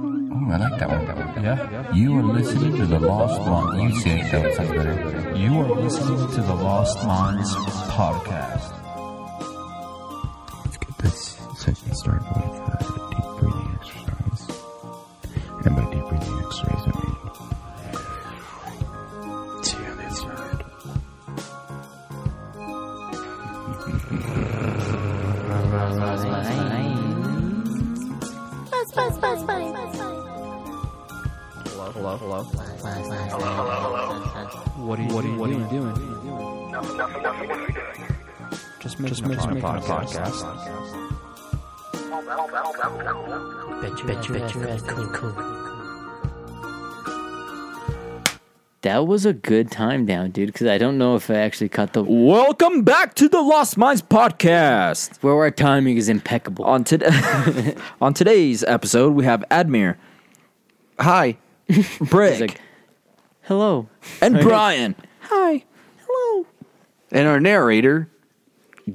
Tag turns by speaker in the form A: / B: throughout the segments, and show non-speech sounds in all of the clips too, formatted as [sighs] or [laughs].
A: Mm, I like that one. That one. Yeah. You are listening to the Lost One. You say it. That sounds better.
B: You are listening to the Lost Minds podcast.
C: Let's get this session started with uh, a deep breathing exercise. And by deep breathing exercise, I mean see how uh, they sound.
D: Buzz, buzz, buzz, buzz, buzz, buzz.
E: What are you, what are you, what are you doing? Just make, just make, just make a podcast.
F: That was a good time down, dude, because I don't know if I actually caught the
E: Welcome back to the Lost Minds podcast.
F: where our timing is impeccable.
E: On today, [laughs] on today's episode, we have Admir. Hi,
F: It's
E: Brick
F: like, hello.
E: and Brian,
G: And our narrator,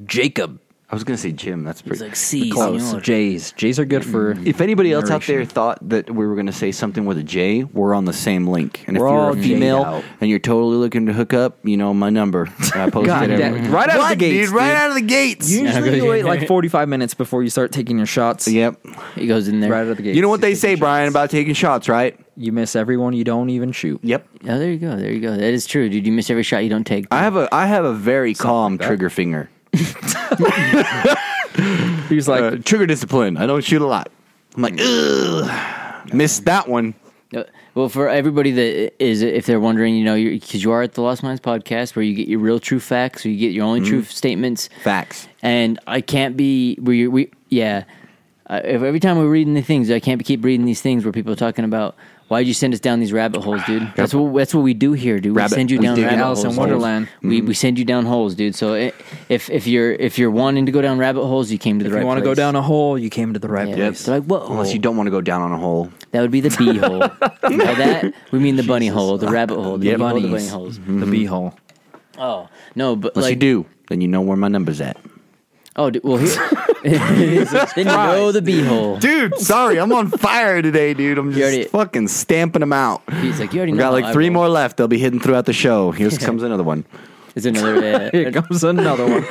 E: Jacob.
G: I was going to say Jim. That's
F: It's
G: pretty
F: like, see,
E: Close
F: senor."
E: J's. J's are good for.
G: If anybody else out there
E: Narration.
G: thought that we were going to say something with a J, we're on the same link. And if
E: We're
G: you're
E: all
G: a
E: J'd
G: female
E: out.
G: and you're totally looking to hook up, you know my number. [laughs] I posted
E: God,
G: it.
E: that-
G: everywhere.
E: right out of the
G: What,
E: gates,
G: dude, right
E: dude.
G: out of the
E: [laughs]
G: gates.
E: Usually
F: Yeah,
E: you
F: go-
E: wait like forty five minutes before you start taking your shots.
G: Yep.
F: He goes in there.
E: Right out of the gate.
G: You know what they say, Brian, about taking shots, right?
E: You miss everyone you don't even shoot.
G: Yep.
F: Oh, there you go. There you go. That is true, dude. You miss every shot you don't take.
G: I have a I have a very calm trigger finger.
E: He was like,
G: Uh, trigger discipline. I don't shoot a lot. I'm like, ugh, missed that one.
F: Uh, Well, for everybody that is, if they're wondering, you know, because you are at the Lost Minds podcast where you get your real true facts, where you get your only true
E: Mm-hmm.
F: statements.
G: Facts.
F: and I can't be we we yeah. Uh, if every time we're reading the things, I can't keep reading these things where people are talking about why'd you send us down these rabbit holes, dude. That's what that's what we do here, dude.
G: Rabbit-
F: we send you
G: we
F: down
G: dig in Mm-hmm.
F: rabbit
E: Alice in
F: holes,
E: Wonderland.
F: dude. We we send you down holes, dude. So it, if if you're if you're wanting to go down rabbit holes, you came to the
E: if
F: right.
E: you want to go
F: place.
E: down a hole, you came to the right
F: Yeah.
E: place.
F: They're like, whoa.
G: Unless you don't want to go down on a hole.
F: That would be the
G: [laughs]
F: bee hole. By that we mean the bunny hole, the rabbit hole, the
E: Yeah,
F: bee hole, the bunny
E: bunnies.
F: holes.
E: The bee hole.
F: Oh no, but
G: Unless
F: like
G: you do, then you know where my number's at.
F: oh dude, well here, [laughs] then you know the bee hole.
G: Dude, sorry, I'm on fire today, dude. I'm just
F: already-
G: fucking stamping them out.
F: He's like, you already
G: We
F: know
G: got
F: how
G: like
F: I
G: three
F: roll.
G: more left. They'll be hidden throughout the show. Here comes
F: [laughs]
G: another one.
F: Is
E: [laughs]
F: another uh,
E: Here comes another [laughs] one.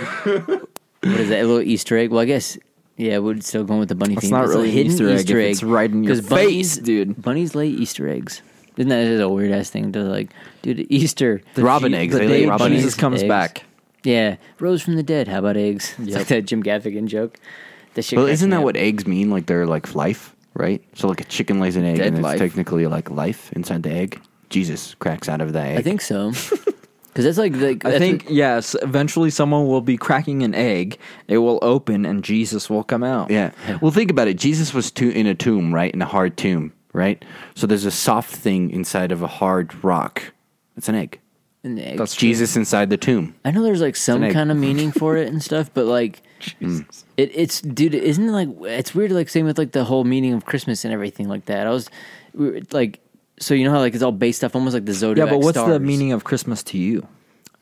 F: what is that? A little Easter egg? Well, I guess yeah, we're still going with the bunny thing.
E: not
F: It's a
E: really an
F: hidden
E: Easter egg if it's right in your
F: 'Cause bunnies-
E: face, dude.
F: Bunnies lay Easter eggs. Isn't that just a weird ass thing to like, dude? Easter,
G: Robin
E: Je-
G: eggs.
E: The
G: They
E: day
G: lay robin
F: eggs.
E: Jesus comes
F: Eggs.
E: back.
F: yeah, rose from the dead. How about eggs? It's like that Jim Gaffigan joke. That shit.
G: Well,
F: cracks
G: isn't
F: me
G: that
F: up.
G: what eggs mean? Like they're like life, right? So like a chicken lays an egg,
E: Dead
G: and it's
E: life.
G: technically like life inside the egg. Jesus cracks out of the egg.
F: I think
E: [laughs]
F: so. Because that's like, like
E: I
F: that's
E: think
F: what-
E: yes. Eventually, someone will be cracking an egg. It will open, and Jesus will come out.
F: [laughs]
G: Yeah. Well, think about it. Jesus was to- in a tomb, right? In a hard tomb, right? So there's a soft thing inside of a hard rock. It's an egg.
F: an egg.
G: That's Jesus inside the tomb.
F: I know there's like some
G: egg.
F: kind of meaning for it and stuff, but
E: [laughs]
F: like, it, it's dude, isn't it like it's weird? Like same with like the whole meaning of Christmas and everything like that. I was we were, like, so you know how like it's all based off almost like the
E: Yeah,
F: zodiac.
E: but what's the
F: stars.
E: meaning of Christmas to you?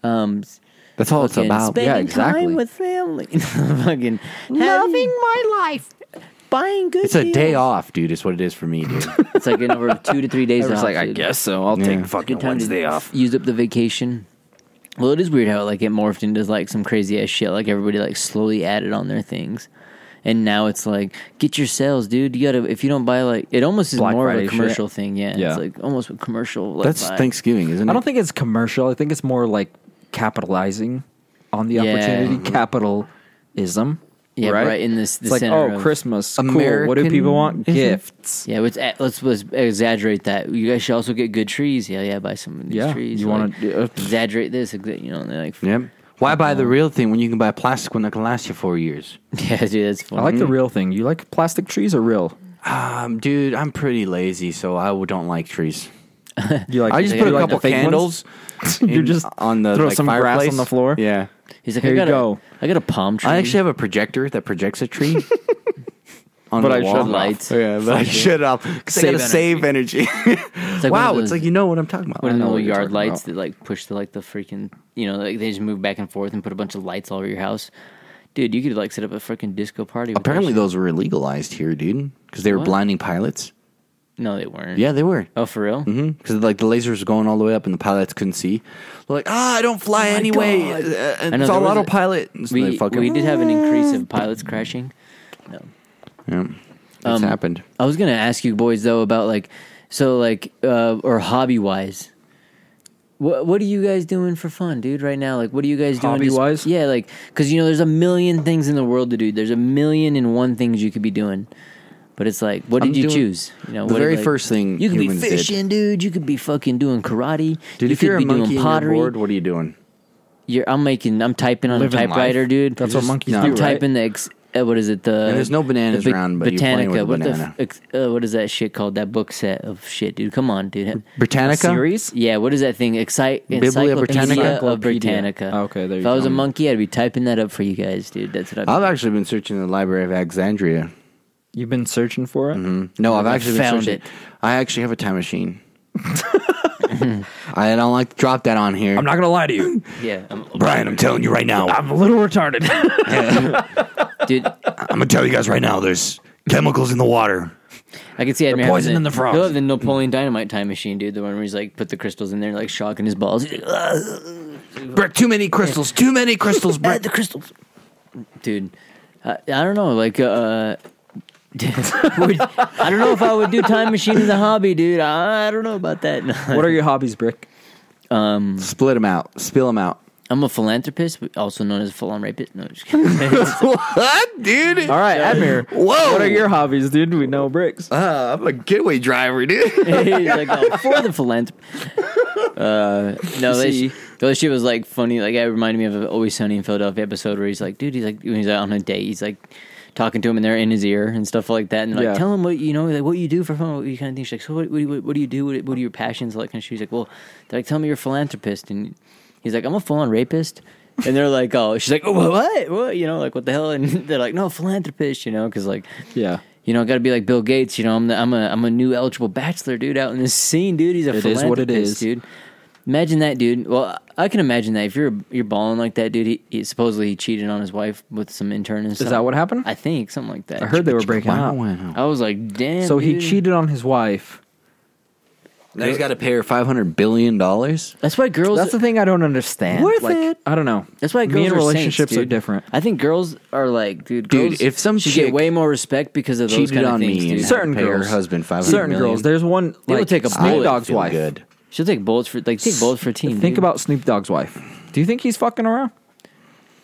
F: Um,
G: That's all it's
F: fucking
G: about.
F: spending
E: Yeah, exactly.
F: time with family, [laughs] fucking loving my life, buying good.
G: It's a day
F: deals.
G: off, dude. Is what it is for
E: [laughs]
G: me, dude.
F: It's like in over two to three days.
E: It's
F: off,
E: like, [laughs] I
F: dude.
E: guess so. I'll take
G: Yeah.
E: fucking
F: Good time
E: Wednesday
F: to
E: off.
F: Use up the vacation. Well, it is weird how like it morphed into like some crazy ass shit. Like everybody like slowly added on their things, and now it's like get your sales, dude. You gotta if you don't buy like it almost is
E: Black
F: more
E: Friday
F: of a
E: shit.
F: commercial thing. Yeah,
E: Yeah.
F: it's like almost a commercial. Like,
G: That's
F: vibe.
G: Thanksgiving, isn't it?
E: I don't think it's commercial. I think it's more like capitalizing on the
F: Yeah.
G: Mm-hmm.
E: opportunity. Capitalism.
F: Yeah,
E: right?
F: right in this- the
E: it's like,
F: center
E: oh,
F: of-
E: Christmas. cool. What do people want?
G: Americanism?
E: Gifts.
F: Yeah, let's, let's let's exaggerate that. You guys should also get good trees. Yeah, yeah, buy some of these
E: Yeah,
F: trees.
E: you wanna
F: like,
E: do- uh,
F: exaggerate this? exa- You know, and they're like
G: Yep. Why buy the real thing when you can buy plastic one that can last you four years?
F: [laughs] yeah, dude, that's
E: I
F: funny.
G: Mm-hmm.
F: Mm-hmm.
E: like the real thing. You like plastic trees or real?
G: Um, dude, I'm pretty lazy, so I don't like trees.
E: You like?
G: I just
E: you
G: put a
E: like the
G: couple
E: fake ones?
G: candles.
E: [laughs] You're
G: in-
E: just
G: on the
E: throw
G: like,
E: some grass
G: fireplace.
E: on the floor.
G: Yeah,
F: He's like, I
E: Here you
F: got
E: go.
F: A, I got a palm tree.
G: I actually have a projector that projects
E: [laughs]
G: a tree. on
E: But
G: the
E: I
G: wall.
E: shut it off.
F: Lights.
G: Yeah, but I shut it off. 'cause I gotta save energy. [laughs]
F: it's like one of
G: wow,
F: those-
G: it's like you know what I'm talking about.
F: What
G: I
F: are the
G: know
F: little
G: you're
F: yard
G: talking
F: lights
G: about.
F: that like push the like the freaking you know like they just move back and forth and put a bunch of lights all over your house, dude? You could like set up a freaking disco party. with that
G: Apparently,
F: shit.
G: those were illegalized here, dude, because they were blinding pilots.
F: No, they weren't.
G: Yeah, Mm. they were.
F: Oh, for real?
G: Because Mm-hmm. like the lasers were going all the way up, and the pilots couldn't see. They're like, ah, I don't fly anyway.
F: Oh God. I
G: Uh, uh,
F: know,
G: it's
F: there
G: all
F: was a-
G: autopilot. And so they
F: We,
G: fucking-
F: we did have an increase
G: [laughs]
F: of pilots crashing. No.
G: Yeah. It's
F: um,
G: happened.
F: I was gonna ask you boys though about like so like uh or hobby wise. What what are you guys doing for fun, dude? Right now, like, what are you guys doing? to sp-
E: Hobby-wise?
F: yeah, like, because you know, there's a million things in the world to do. There's a million and one things you could be doing, but it's like, what
G: I'm
F: did you
G: doing-
F: choose? You know,
G: the
F: what-
G: very
F: like,
G: first thing
F: you could be
G: humans did.
F: fishing, dude. You could be fucking doing karate.
G: Dude,
F: you
G: if
F: could
G: you're a
F: be
G: monkey
F: doing
G: and
F: pottery.
G: you're bored, what are you doing?
F: You're- I'm making. I'm typing on
G: Living
F: a
G: life.
F: typewriter, dude.
G: That's what monkeys
F: I'm
G: do,
F: I'm
G: right?
F: typing the ex, uh, what is it? The
G: And there's no bananas
F: the
G: around, but you're playing with a
F: what the
G: banana.
F: f- ex- uh, what is that shit called? That book set of shit, dude. Come on, dude.
G: Britannica.
E: Series?
F: Yeah, what is that thing? Excite
G: Biblia Britannica?
F: of
E: Encyclopedia.
F: Britannica.
E: Oh, okay, there
F: If
E: you
F: I was
E: go.
F: a monkey, I'd be typing that up for you guys, dude. That's what
G: I've
F: I'm.
G: actually been searching the Library of Alexandria.
E: You've been searching for it.
G: No, I've
F: I
G: actually been
F: found
G: searching.
F: it.
G: I actually have a time machine. [laughs] I don't like to drop that on here.
B: I'm not gonna lie to you.
F: Yeah, I'm-
G: Brian, I'm telling you
F: [laughs]
G: right now.
B: I'm a little retarded.
F: dude.
G: I'm gonna tell you guys right now. There's chemicals in the water.
F: I can see Admiral having
B: poisoning the frogs.
F: He'll have the Napoleon Dynamite time machine, dude. The one where he's like put the crystals in there, like shocking his balls. [laughs] He's like, "Ugh."
G: Brick, too many crystals. Too
F: [laughs]
G: many crystals.
F: Ah,
G: Brick.
F: the crystals, dude. I, I don't know, like, uh, [laughs] would- I don't know if I would do time machine as a hobby, dude. I, I don't know about that. [laughs] No.
E: [laughs] What are your hobbies, Brick?
G: Split them out. Spill them out.
F: I'm a philanthropist, also known as a full-on rapist. No, just kidding. [laughs]
G: what, dude?
E: All right, Admir.
G: Whoa.
E: What are your hobbies, dude? We know bricks.
G: Uh, I'm a getaway driver, [laughs] dude.
F: He's like,
E: [laughs]
F: oh, for the philanthropist. Uh, no, that
E: See.
F: shit, that shit was like funny. Like, it reminded me of an Always Sunny in Philadelphia episode where he's like, dude, he's like, when he's out on a date, he's like talking to him and they're in his ear and stuff like that. And like,
E: Yeah.
F: tell him what you know, like what you do for fun, what you kind of things. She's like, so what, what, do you- what do you do? What, what are your passions? All that kind of shit. He's like, well, they're like, tell me you're a philanthropist. And he's like, I'm a full on rapist. And they're like, oh, she's like, oh, what? What? You know, like, what the hell? And [laughs] they're like, no, philanthropist, you know, because like,
E: Yeah.
F: you know, got to be like Bill Gates. You know, I'm the, I'm a I'm a new eligible bachelor dude out in this scene, dude. He's a
E: It is what it
F: philanthropist,
E: is.
F: dude. Imagine that, dude. Well, I can imagine that if you're you're balling like that, dude. He, he supposedly he cheated on his wife with some intern. And
E: Is that what happened?
F: I think something like that.
E: I heard they were breaking up.
F: [laughs] I was like, damn.
E: So he
F: dude.
E: cheated on his wife.
G: Now he's got to pay her five hundred billion dollars.
F: That's why girls.
E: That's the thing I don't understand.
F: Worth
E: Like,
F: it.
E: I don't know.
F: That's why girls
E: Me and
F: are saints,
E: relationships are
F: dude.
E: different.
F: I think girls are like, dude.
G: Dude,
F: girls
G: if some
F: should
G: chick
F: get way more respect because of those
G: cheated
F: kind of
G: on
F: things.
G: me
F: dude.
G: and-
E: Certain
G: Pay her
E: girls,
G: husband 500
E: certain
G: million.
E: girls. There's one
F: They will
E: like
F: take a
E: Snoop
F: bullet.
E: Dogg's
G: Feel
E: wife.
G: Good.
F: She'll take bullets for like take bullets for a team.
E: Think
F: dude.
E: about Snoop Dogg's wife. Do you think he's fucking around?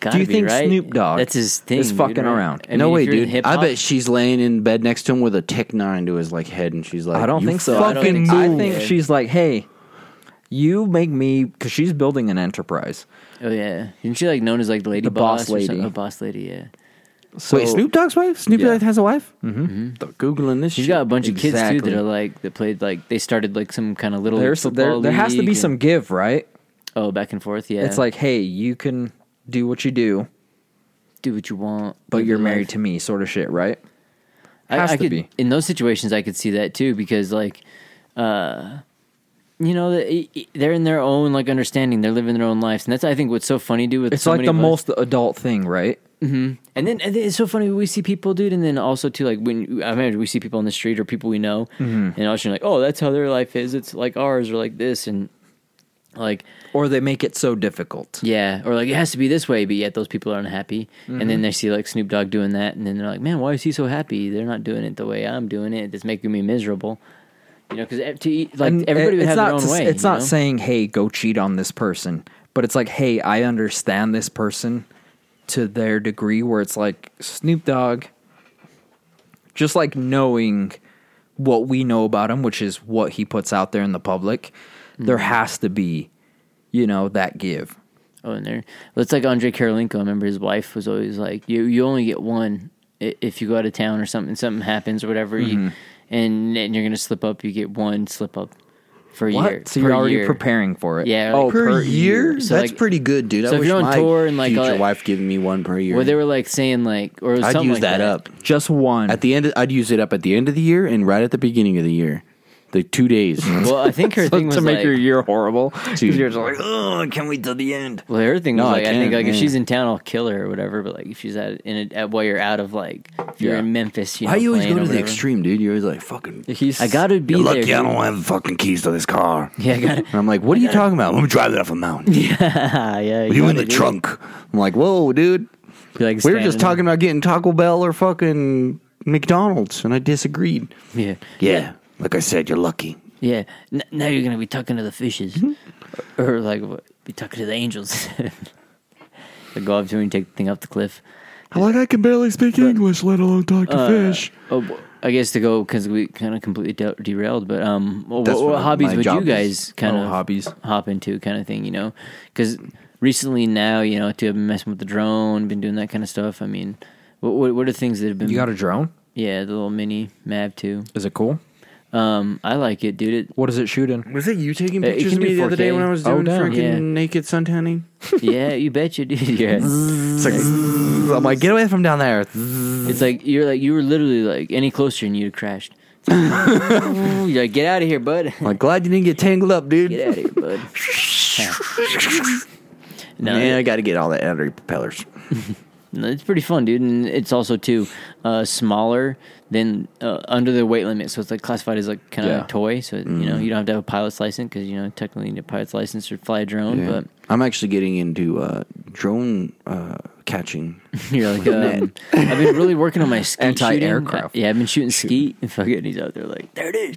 F: Gotta
E: Do you
F: be,
E: think
F: right?
E: Snoop Dogg
F: That's his thing.
E: is
F: dude,
E: fucking
F: right?
E: around?
F: I
G: no
F: mean, if
G: way,
F: you're in
G: dude. I
F: hip-hop-
G: bet she's laying in bed next to him with a Tech Nine to his like head, and she's like,
E: I don't
G: "You
E: think so. I
G: Fucking
E: don't think,
G: move.
E: I
F: move.
E: think she's like, hey, you make me because she's building an enterprise.
F: Oh yeah, isn't she like known as like the lady
E: The boss
F: boss,
E: lady.
F: Or something? The boss lady, yeah.
E: So
G: Wait, Snoop Dogg's wife? Snoop
E: Yeah.
G: Dogg has a wife? Mm-hmm. Googling this.
F: She's got a bunch of kids
E: Exactly.
F: too that are like that played like they started like some kind of little
E: There's there
F: football
E: there has to
F: league
E: be
F: and-
E: some give, right?
F: oh back and forth yeah
E: It's like, hey, you can do what you do,
F: do what you want
E: but
F: live
E: you're
F: your
E: married
F: life.
E: to me, sort of shit, right?
F: I-
E: Has
F: I
E: to
F: could,
E: be.
F: in those situations I could see that too because like uh you know the- they're in their own like understanding they're living their own lives and that's I think what's so funny dude with
E: It's
F: so
E: like
F: many
E: the
F: of us-
E: most adult thing, right?
F: And then, and then it's so funny we see people, dude, and then also too, like when I imagine we see people on the street or people we know,
E: Mm-hmm.
F: and also like, oh, that's how their life is. It's like ours or like this, and like
E: Or they make it so difficult.
F: yeah, or like it has to be this way, but yet those people are unhappy. And
E: Mm-hmm.
F: then they see like Snoop Dogg doing that, and then they're like, man, why is he so happy? They're not doing it the way I'm doing it. It's making me miserable. You know, because to eat, like
E: And
F: everybody
E: it-
F: would have
E: it's not
F: their own
E: to-
F: way.
E: It's
F: you
E: not
F: know?
E: saying, hey, go cheat on this person, but it's like, hey, I understand this person to their degree where it's like Snoop Dogg, just like knowing what we know about him, which is what he puts out there in the public, there has to be, you know, that give.
F: Oh, and there. Well, it's like Andre Karolinko. I remember his wife was always like, "You you only get one i- if you go out of town or something. Something happens or whatever, you,
G: Mm-hmm.
F: and and you're gonna slip up. You get one slip up for a year.
E: So you're
F: per
E: already
F: year.
E: preparing for it.
F: Yeah,
E: Oh,
F: like-
G: per,
E: per
G: year.
F: year. So,
G: That's
F: like-
G: pretty good, dude.
F: so
G: I
F: if
G: wish
F: you're on
G: my
F: tour and, like, all
G: future
F: that-
G: wife giving me one per year.
F: Where they were like saying like or
G: I'd
F: something
G: use
F: like
G: that, up
E: Just one.
G: at the end. I'd use it up at the end of the year and right at the beginning of the year. the two days.
F: [laughs] Well, I
G: [laughs]
F: think her
E: So
F: thing was
E: [laughs] to make
F: like,
E: your year horrible. 'cause
G: Dude.
E: [laughs] you're just like, oh, I can't wait till the end.
F: Well, her thing was
G: No, I
F: like, I,
G: can't,
F: think like if
G: yeah.
F: she's in town, I'll kill her or whatever. But like if she's at in a, at while you're out of like if you're
G: Yeah.
F: in Memphis, you know,
G: Why you always
F: playing
G: go
F: or
G: to the
F: whatever.
G: extreme, dude? You're always like, fucking.
E: He's
F: I gotta be
G: You're
F: there.
G: lucky I
F: dude.
G: don't have the fucking keys to this car.
F: [laughs] Yeah, I gotta.
G: And I'm like, what are you talking about? Let me drive it off a mountain.
F: Ah, [laughs] yeah,
G: you in
F: gotta do it.
G: the trunk. I'm like, whoa, dude.
F: Be, like,
G: We were just
F: standing-
G: talking about getting Taco Bell or fucking McDonald's, and I disagreed.
F: Yeah,
G: Yeah. Like I said, you're lucky.
F: yeah. N- now you're gonna be talking to the fishes, [laughs] or like what, be talking to the angels. [laughs] Like, go up to him and take the thing off the cliff.
C: Like I can barely speak English, let alone talk to fish.
F: Oh, bo- I guess to go because we kind of completely de- derailed. But um, well,
G: That's
F: what, what
G: what my
F: hobbies would you
G: job
F: guys kind
E: Oh,
F: of
E: hobbies.
F: hop into, kind of thing? You know, because recently now you know to have been messing with the drone, been doing that kind of stuff. I mean, what what, what are things that have been?
E: You got a drone?
F: yeah, the little mini Mav two.
E: Is it cool?
F: Um, I like it, dude. It
E: What does it shoot in?
G: Was it you taking
F: Uh, you
G: pictures
F: can
G: of me
F: do
G: the other day
F: 4K.
G: when I was
E: Oh,
G: doing
E: damn.
G: freaking
F: Yeah.
G: naked sun tanning?
F: yeah, you bet you, dude. Yeah,
G: It's like, I'm like, get away from down there.
F: it's like you're like you were literally like any closer and you'd have crashed. [laughs] you're like, get out of here, bud. [laughs]
G: I'm like, glad you didn't get tangled up, dude.
F: Get out of
G: [laughs]
F: here, bud. no,
G: Man, I got to get all that out of your propellers.
F: No, It's pretty fun, dude, and it's also too uh, smaller than uh, under the weight limit, so it's like classified as like kind of
E: Yeah.
F: a toy. So you
G: Mm-hmm.
F: know you don't have to have a pilot's license because you know technically you need a pilot's license to fly a drone,
G: Yeah. I'm actually getting into uh, drone uh,
F: [laughs]
G: catching.
F: but you're like um, I've been really working on my skeet
E: Anti-aircraft.
F: shooting. Yeah, I've been shooting skeet and fucking he's out there like there it is.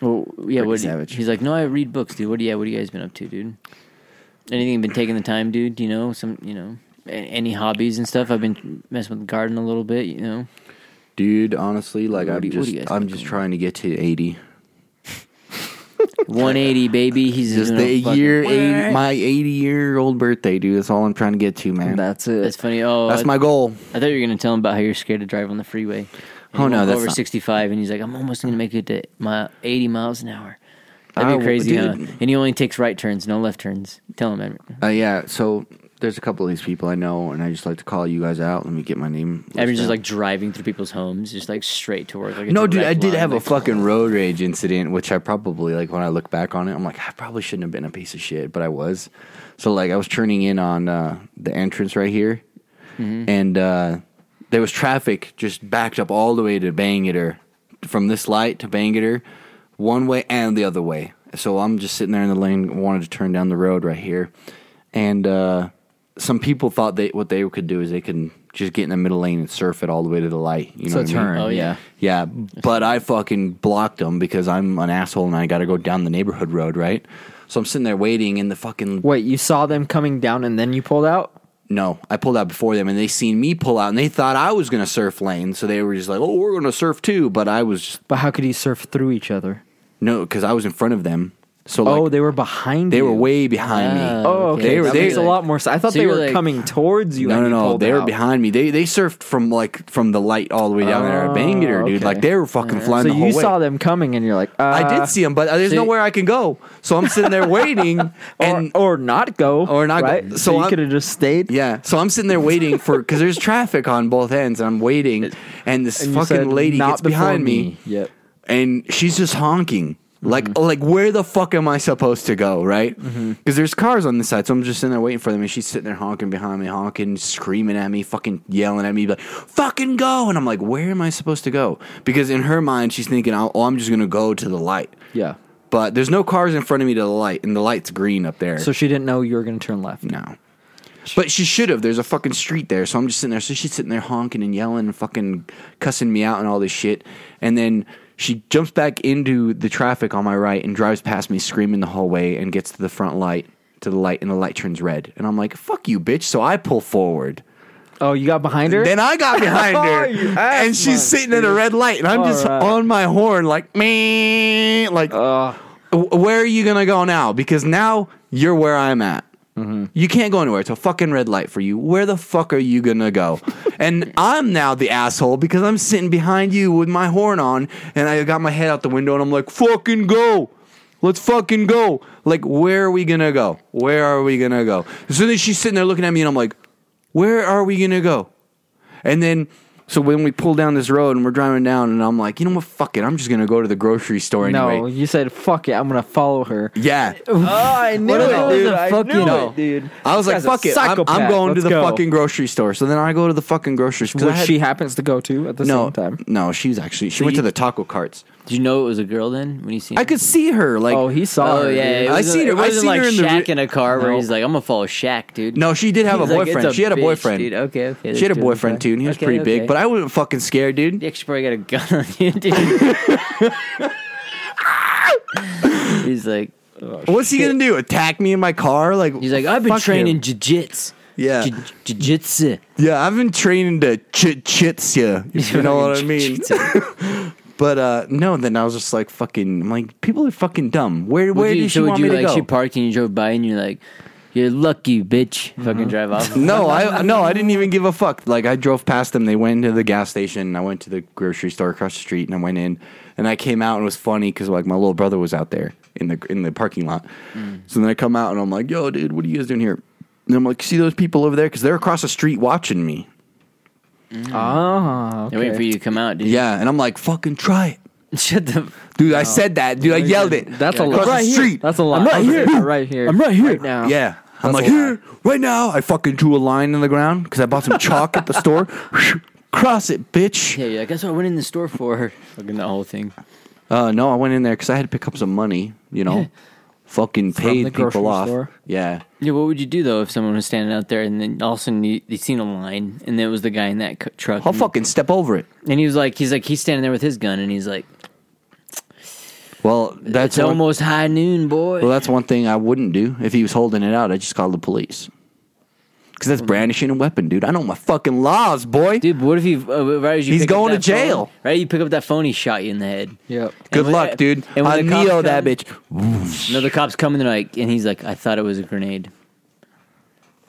F: Well, yeah, what?
G: savage.
F: He's like, no, I read books, dude. What do you? What have you guys been up to, dude? Anything you've been taking the time, dude? You know some, you know. a- Any hobbies and stuff? I've been messing with the garden a little bit, you know.
G: Dude, honestly, like
F: What
G: I'm
F: do you- what do
G: just,
F: you guys
G: I'm
F: think
G: just
F: of-
G: trying to get to 80.
F: 180, baby. He's
G: Just
F: doing a
G: the
F: fucking-
G: year, 80, my 80 year old birthday, dude. That's all I'm trying to get to, man.
E: That's it.
F: That's funny. Oh,
G: That's
F: I,
G: my goal.
F: I thought you were gonna tell him about how you're scared to drive on the freeway. And
G: Oh,
F: you
G: no,
F: walk
G: that's
F: over
G: not-
F: 65, and he's like, I'm almost gonna make it to my 80 miles an hour.
G: I
F: That'd
G: will-
F: be crazy, huh?
G: Oh, dude.
F: And he only takes right turns, no left turns. Tell him, Edmund.
G: Uh, yeah, so there's a couple of these people I know, and I just like to call you guys out. Let me get my name. list
F: Edmund's
G: down.
F: just like driving through people's homes, just like straight to work. Like a
G: No, dude, I
F: direct
G: did
F: line,
G: have a
F: like-
G: fucking road rage incident, which I probably like when I look back on it, I'm like, I probably shouldn't have been a piece of shit, but I was. So like, I was turning in on uh, the entrance right here,
F: Mm-hmm.
G: and uh, there was traffic just backed up all the way to Bangor, from this light to Bangor, one way and the other way. So I'm just sitting there in the lane, wanted to turn down the road right here, and uh, some people thought they what they could do is they could just get in the middle lane and surf it all the way to the light. You know,
E: a
G: what I mean?
E: turn,
F: Oh yeah.
G: Yeah, but I fucking blocked them because I'm an asshole and I got to go down the neighborhood road, right? So I'm sitting there waiting in the fucking
E: Wait, you saw them coming down and then you pulled out?
G: no. I pulled out before them and they seen me pull out and they thought I was gonna surf lane, so they were just like, "Oh, we're gonna surf too," but I was just,
E: But how could you surf through each other?
G: no because I was in front of them. So like,
E: oh, they were behind.
G: they were
E: you.
G: way behind me.
E: Oh, okay.
G: They were
E: that
G: they
E: makes a lot more. s- I thought
F: So
E: they
F: you're
E: were
F: like-
E: coming towards you.
G: No,
E: and
G: no,
E: you
G: no.
E: pulled
G: They were
E: out.
G: behind me. They they surfed from like from the light all the way down there
E: Oh,
G: at Bangor, dude.
E: okay.
G: Like they were fucking flying
E: So
G: the whole
E: you
G: way.
E: saw them coming, and you're like, uh,
G: I did see them, but there's
F: so-
G: nowhere I can go. So I'm
E: [laughs]
G: sitting there waiting, and
E: or, or not go,
G: Or not go.
E: right?
G: So
E: So, you
G: I'm-
E: could have just stayed.
G: Yeah. So I'm sitting there waiting for because there's traffic on both ends, and I'm waiting, and this
E: And you
G: fucking
E: said,
G: lady
E: "Not
G: gets
E: before
G: behind me,
E: Yep.
G: and she's just honking. Like,
E: Mm-hmm.
G: like, where the fuck am I supposed to go, right? Because there's cars on this side, so I'm just sitting there waiting for them, and she's sitting there honking behind me, honking, screaming at me, fucking yelling at me, like, "Fucking go!" And I'm like, where am I supposed to go? Because in her mind, she's thinking, "Oh, oh, I'm just gonna go to the light."
E: Yeah.
G: But there's no cars in front of me to the light, and the light's green up there.
E: So she didn't know you were going to turn left.
G: No. But she should have. There's a fucking street there. So I'm just sitting there. So she's sitting there honking and yelling and fucking cussing me out and all this shit. And then she jumps back into the traffic on my right and drives past me screaming the whole way and gets to the front light, to the light, and the light turns red. And I'm like, fuck you, bitch. So I pull forward.
E: Oh, you got behind her.
G: Then
E: [laughs]
G: I got behind
E: Oh,
G: her,
E: you ass
G: and she's
E: monk,
G: sitting at a red light, and I'm just
E: Alright.
G: on my horn like me, like
E: Uh,
G: "W- where are you gonna go now? Because now you're where I'm at. You can't go anywhere. It's a fucking red light for you. Where the fuck are you gonna go? and I'm now the asshole because I'm sitting behind you with my horn on, and I got my head out the window, and I'm like, fucking go. Let's fucking go. Like, where are we gonna go? Where are we gonna go? So then she's sitting there looking at me, and I'm like, where are we gonna go? And then So when we pull down this road and we're driving down, and I'm like, you know what? Fuck it. I'm just gonna go to the grocery store anyway.
E: No, you said fuck it. I'm gonna follow her.
G: Yeah.
E: Oh, I knew
G: it, dude. I knew
E: no.
G: it, I was like,
E: This guy's a
G: fuck it. I'm,
E: psychopath.
G: I'm going
E: Let's
G: to the
E: go.
G: fucking grocery store. So then I go to the fucking grocery store. 'cause I
E: Which
G: had-
E: she happens to go to at the
G: no,
E: same time.
G: no, she's actually she went
F: you-
G: to the taco carts.
F: Did you know it was a girl then when you seen?
G: I
F: her?
G: could see her. Like,
E: Oh, he saw
F: Oh
E: her.
F: yeah,
E: dude.
F: it
G: I
F: wasn't-
G: seen her-
F: It
G: I
F: wasn't
G: seen
F: like
G: her in the
F: Shaq
G: re-
F: in a car where
E: No.
F: he's like, "I'm gonna follow Shaq, dude."
G: No, she did have a
F: He's like,
G: boyfriend.
F: "It's
G: she had a
F: bitch,
G: boyfriend.
F: dude. Okay, okay.
G: she had a boyfriend too, and he was pretty big. But I wasn't fucking scared, dude.
F: yeah, she probably got a gun on you, [laughs] dude. he's like,
G: What's he gonna do? Attack me in my car? Like
F: he's like, I've been
G: fuck him.
F: training jiu-jitsu.
G: Yeah.
F: Jiu- jiu-jitsu.
G: Yeah, I've been training to chit chits ya. You know what I mean? [laughs] But uh no, then I was just like fucking. I'm like, people are fucking dumb. Where where
F: Would you,
G: did she
F: so would
G: want
F: you
G: me
F: like
G: to go?
F: she parked and you drove by and you're like, "You're lucky, bitch." Fucking drive off.
G: no, I no, I didn't even give a fuck. Like I drove past them. They went into the gas station. And I went to the grocery store across the street, and I went in, and I came out, and it was funny because like my little brother was out there in the in the parking lot. So then I come out, and I'm like, "Yo, dude, what are you guys doing here?" And I'm like, "See those people over there? Because they're across the street watching me."
E: Ah,
F: They're waiting for
E: okay.
F: you to come out, dude.
G: Yeah, and I'm like, "Fucking try
F: [laughs]
G: it."
F: Shut the.
G: Dude, I said that. Dude, I yelled it.
E: That's a
G: Across
E: lot.
G: the street.
E: That's a lot. I'm right here. right here. I'm right here. Right now.
G: Yeah. I'm like,
E: a lie.
G: here, right now. I fucking drew a line in the ground because I bought some chalk at the store. [laughs] Cross it, bitch.
F: Yeah, you're like, that's what I went in the store for. [laughs] Fucking the whole thing.
G: Uh, no, I went in there because I had to pick up some money, you know. Fucking paid
E: the grocery
G: people off.
E: store.
G: Yeah.
F: Yeah, what would you do though if someone was standing out there and then all of a sudden you, you seen a line and there was the guy in that cu- truck?
G: I'll
F: and,
G: fucking step over it.
F: And he was like, he's like, he's standing there with his gun and he's like,
G: Well, that's
F: it's
G: one,
F: almost high noon, boy.
G: Well, that's one thing I wouldn't do if he was holding it out. I just call the police because that's brandishing a weapon, dude. I know my fucking laws, boy.
F: Mm. Dude, what if he? Uh, right as you
G: He's
F: pick up
G: going to
F: that phone-
G: jail.
F: right, you pick up that phone, he shot you in the head.
E: Yep.
G: Good
F: when-
G: luck, dude.
F: and when
G: I
F: the cops
G: neo that
F: come-
G: bitch.
F: No, the cops come and they're like, and he's like, I thought it was a grenade.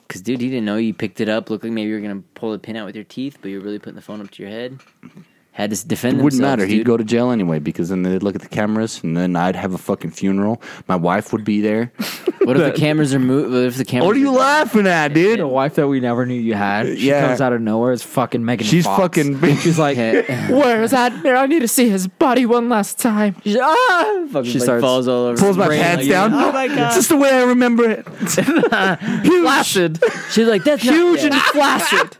F: Cause dude, he didn't know you picked it up. Looked like maybe you were gonna pull the pin out with your teeth, but you're really putting the phone up to your head. Had to defend.
G: It wouldn't matter.
F: themselves,
G: He'd
F: dude.
G: go to jail anyway because then they'd look at the cameras and then I'd have a fucking funeral. My wife would
F: [laughs]
G: be there.
F: What if the cameras are moved? What if the cameras?
G: what are you
F: are- [laughs]
G: laughing at,
E: The
G: dude?
E: wife that we never knew you had. She
G: Yeah.
E: comes out of nowhere. It's fucking Megan.
G: She's
E: Fox. [laughs]
G: fucking-
E: She's
G: [laughs]
E: like, where is that? I need to see his body one last time. She's, ah!
F: Fucking, like, falls all over.
G: Pulls my
F: brain,
G: pants
F: like,
G: down.
F: Oh my
G: It's
F: god!
G: just the way I remember it. Huge.
E: Flaccid.
F: She's like, that's not
E: Huge
F: him.
E: and flaccid.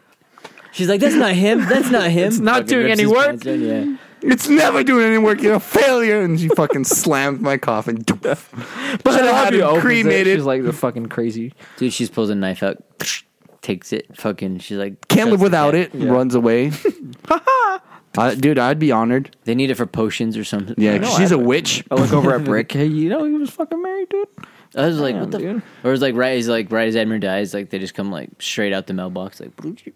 F: She's like, that's not him. That's
G: [laughs]
F: not him. It's
E: not doing any work.
F: yeah.
G: It's never doing any work. You're a failure. And she
F: [laughs]
G: fucking slammed my coffin. [laughs] but
E: But
G: I had him
E: cremated.
G: cremated.
E: She's like the fucking crazy.
F: Dude, she pulls a knife out, takes it. Fucking, she's like,
G: Can't
F: cuts
G: live
F: the
G: without
F: cat.
G: it.
F: [laughs]
G: Runs away. I, dude, I'd be honored.
F: They need it for potions or something.
G: Yeah, 'cause she's a witch.
E: I look [laughs] over at Brick. Hey, you know he was fucking married, dude.
F: I was like,
E: Damn,
F: what the?
E: dude.
F: F-? Or it's like right as like right as Edmund dies, like they just come like straight out the mailbox, like. "Привет."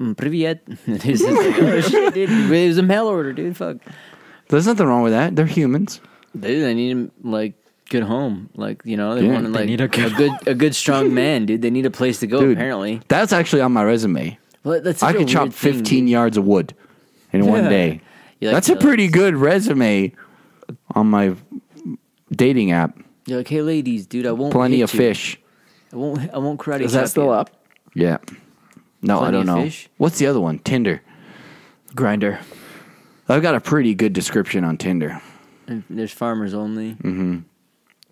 F: Mm, Привет. [laughs] It's just like, oh, shit, dude.
G: [laughs]
F: It was a mail order, dude. Fuck.
G: There's nothing wrong with that. They're humans.
F: Dude, they need like good home, like you know, they
G: Yeah.
F: want
G: They
F: like
E: need a
F: a
E: good
F: good, a good, strong man, dude. They need a place to go.
G: Dude,
F: apparently,
G: That's actually on my resume.
F: Well, that's
G: I
F: such a
G: could chop
F: weird thing,
G: 15
F: dude.
G: yards of wood in one day.
F: You like
G: That's a
F: to-
G: pretty good resume on my dating app.
F: You're like, hey, ladies, dude, I won't.
G: Plenty
F: hit
G: of
F: you.
G: fish.
F: I won't. I won't karate.
E: Is that
F: chop
E: still
F: you."
E: up?
G: Yeah. No, I
F: Plenty
G: don't
F: of
G: know.
F: fish?
G: What's the other one? Tinder.
E: Grinder.
G: I've got a pretty good description on Tinder.
F: And There's farmers only.
G: Mm.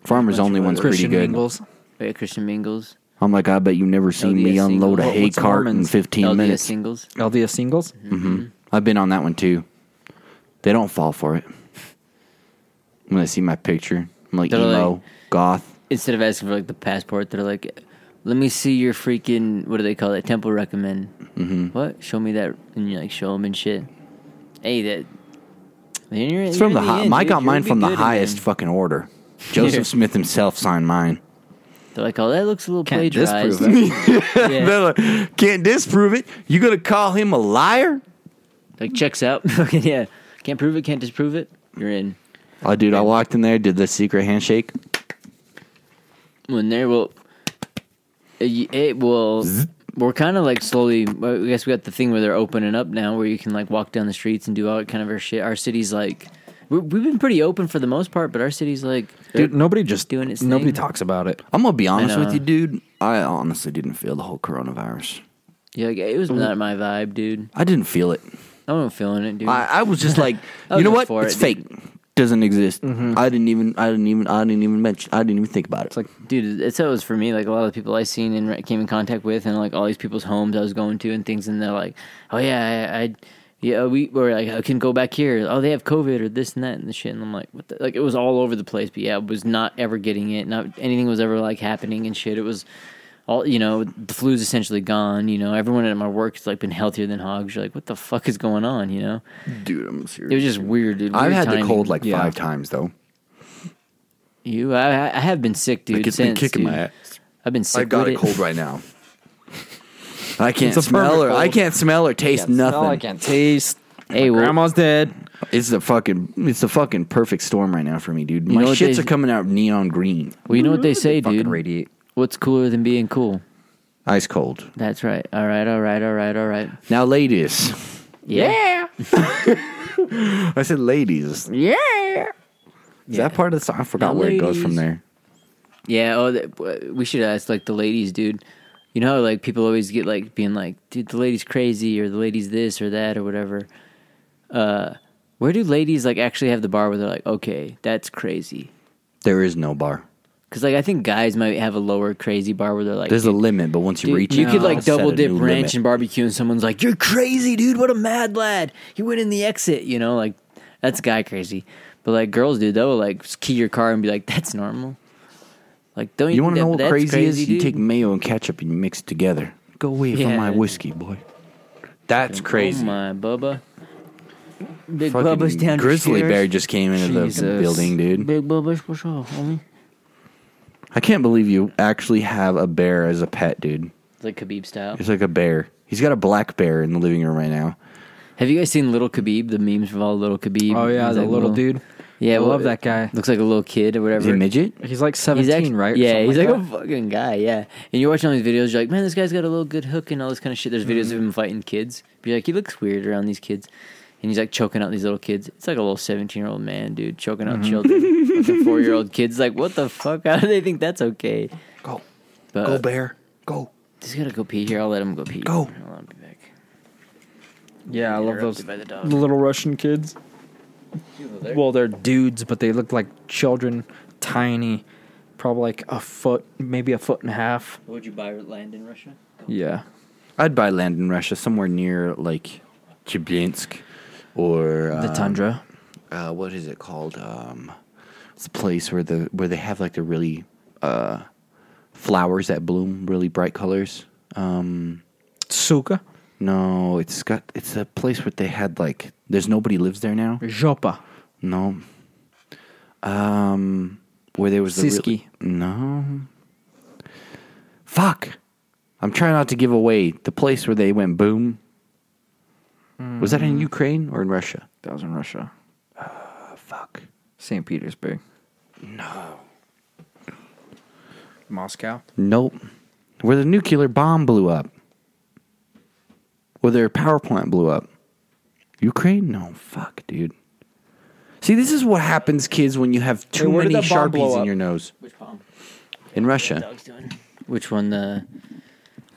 G: Farmers only one's pretty
E: Christian
G: good.
E: Mingles.
F: Wait, Christian Mingles.
G: I'm like, I bet you've never seen me
F: LDS
G: unload a
F: singles.
G: hay
E: What's
G: cart
E: Mormons?
G: in 15
F: LDS
G: minutes. Mm-hmm.
F: singles.
E: LDS singles.
F: Mm-hmm.
G: I've been on that one too. They don't fall for it. When they see my picture, I'm like
F: They're
G: emo,
F: like-
G: goth.
F: Instead of asking for like the passport, they're like, "Let me see your freaking what do they call it? Temple recommend. Mm-hmm. What? Show me that." And you like show them and shit. Hey, that. Man, you're,
G: It's from the high. I got mine from the highest fucking order.
F: [laughs]
G: Joseph Smith himself signed mine.
F: They're like, "Oh, that looks a little
E: Can't disprove
F: plagiarized."
E: it.
F: [laughs] [laughs] Yeah.
G: [laughs] Can't disprove it. You gonna call him a liar?
F: Like checks out. [laughs] Fucking yeah. Can't prove it. Can't disprove it. You're in.
G: Oh, dude, I walked in there, did the secret handshake.
F: when they will it, it will we're kind of like slowly i guess we got the thing where they're opening up now where you can like walk down the streets and do all kind of our shit our city's like we- we've been pretty open for the most part but our city's like
E: Dude, nobody just
F: Doing its
E: Nobody
F: thing.
E: talks about it.
G: I'm gonna be honest with
F: know.
G: you, dude. I honestly didn't feel the whole coronavirus.
F: Yeah, like, it was not my vibe, dude.
G: I didn't feel it.
F: I wasn't feeling it, dude.
G: I, [laughs] I was just Mm-hmm. like,
F: I was
G: you know
F: just
G: what?
F: for
G: It's
F: it,
G: fake.
F: dude.
G: Doesn't exist. I didn't even. I didn't even. I didn't even mention. I didn't even think about it.
F: It's like, dude, it's how it was for me. Like a lot of the people I seen and re- came in contact with, and like all these people's homes I was going to and things, and they're like, oh yeah, I, I yeah, we were like, I can go back here. Oh, they have COVID or this and that and the shit, and I'm like, what? The? Like it was all over the place, but yeah, I was not ever getting it. Not anything was ever like happening and shit. It was. All you know, the flu's essentially gone. You know, everyone at my work's like been healthier than hogs. You're like, what the fuck is going on? You know,
G: dude, I'm
F: it was
G: serious.
F: just weird. dude.
G: I've
F: Weird
G: had
F: timing.
G: the cold like
E: Yeah.
G: five times though.
F: you. I, I have been sick, dude.
G: Like, it's been
F: since,
G: kicking
F: dude.
G: my ass.
F: I've been sick.
G: I've got
F: with
G: a cold [laughs] right now. I can't
E: It's a
G: smell
E: perfect
G: or I
E: cold.
G: can't smell or taste nothing.
E: I can't taste.
F: Hey, well,
E: Grandma's dead.
G: It's the fucking it's the fucking perfect storm right now for me, dude. My
F: know what
G: shits
F: they-
G: are coming out neon green,
F: Well, you know what they say, dude.
E: Fucking radiate.
F: What's cooler than being cool?
G: ice cold.
F: That's right. All right. All right. All right. All right.
G: Now, ladies,
F: Yeah.
G: [laughs] I said ladies. Yeah, is that part of the song? I forgot
F: Now,
G: where it goes from
F: ladies.
G: there.
F: Yeah. Oh, that, we should ask like the ladies, dude. You know, how, like people always get like being like, dude, the lady's crazy or the lady's this or that or whatever. Uh, where do ladies like actually have the bar where they're like, okay, that's crazy?
G: There is no bar.
F: Because like I think guys might have a lower crazy bar where they're like,
G: There's a limit, but once you
F: Dude,
G: reach,
F: you
G: it,
F: could like
G: it's at
F: double
G: a
F: dip
G: new
F: ranch
G: limit.
F: and barbecue, and someone's like, "You're crazy, dude! What a mad lad! He went in the exit." You know, like that's guy crazy. But like girls, dude, they'll like key your car and be like, "That's normal." Like, don't you?
G: you want to
F: that-
G: know what
F: that's
G: crazy, is? You
F: dude.
G: take mayo and ketchup and you mix it together. Go away from
F: Yeah.
G: my whiskey, boy. That's crazy.
F: Oh my bubba! Big
G: Fucking
F: bubba's down the
G: grizzly
F: stairs.
G: bear just came into the
E: Jesus.
G: building, dude.
F: Big bubba's what's up, homie?
G: I can't believe you actually have a bear as a pet, dude.
F: It's like Khabib style.
G: It's like a bear. He's got a black bear in the living room right now.
F: Have you guys seen Little Khabib? The memes of all Little Khabib.
E: Oh yeah,
F: He's
E: the
F: like
E: little dude.
F: Yeah,
E: I
F: well,
E: love that guy.
F: Looks like a little kid or whatever.
G: Is he a midget?
E: He's like
F: He's
E: seventeen,
F: act-
E: right? Or
F: Yeah,
E: something
F: he's like,
E: like
F: a fucking guy. Yeah, and you're watching all these videos. You're like, man, this guy's got a little good hook and all this kind of shit. There's videos of
E: Mm-hmm.
F: him fighting kids. But you're like, he looks weird around these kids, and he's like choking out these little kids. It's like a little 17 year old man, dude, choking out
E: Mm-hmm. [laughs]
F: children, four year old kids. Like, what the fuck? [laughs] How do they think that's okay?
G: Go.
F: But
G: Go bear. Go.
F: he's gotta go pee here. I'll let him go pee.
G: Go.
F: Hold on, I'll be back.
E: yeah, I love those
F: Interrupted by the dog.
E: little Russian kids.
F: there.
E: Well, they're dudes, but they look like children, tiny, probably like a foot, maybe a foot and a half.
F: Would you buy land in Russia?
E: Yeah,
G: I'd buy land in Russia, somewhere near like Chibinsk or
E: the
G: um,
E: tundra.
G: Uh, what is it called? Um, it's a place where the where they have like the really uh, flowers that bloom, really bright colors. Um,
E: Suka,
G: no, it's got it's a place where they had like there's nobody lives there now.
E: Jopa,
G: No. Um, where there was the
E: Siski.
G: no. Fuck! I'm trying not to give away the place where they went boom. Was that in Ukraine or in Russia?
E: that was in Russia.
G: Oh, fuck.
E: St. Petersburg. No. Moscow.
G: Nope. Where the nuclear bomb blew up. Where their power plant blew up. Ukraine? No, fuck, dude. See, this is what happens, kids, when you have too
E: Hey, where did
G: many
E: that bomb blow
G: sharpies in
E: up?
G: your nose.
F: Which bomb?
G: In Russia.
F: Dog's doing. Which one? The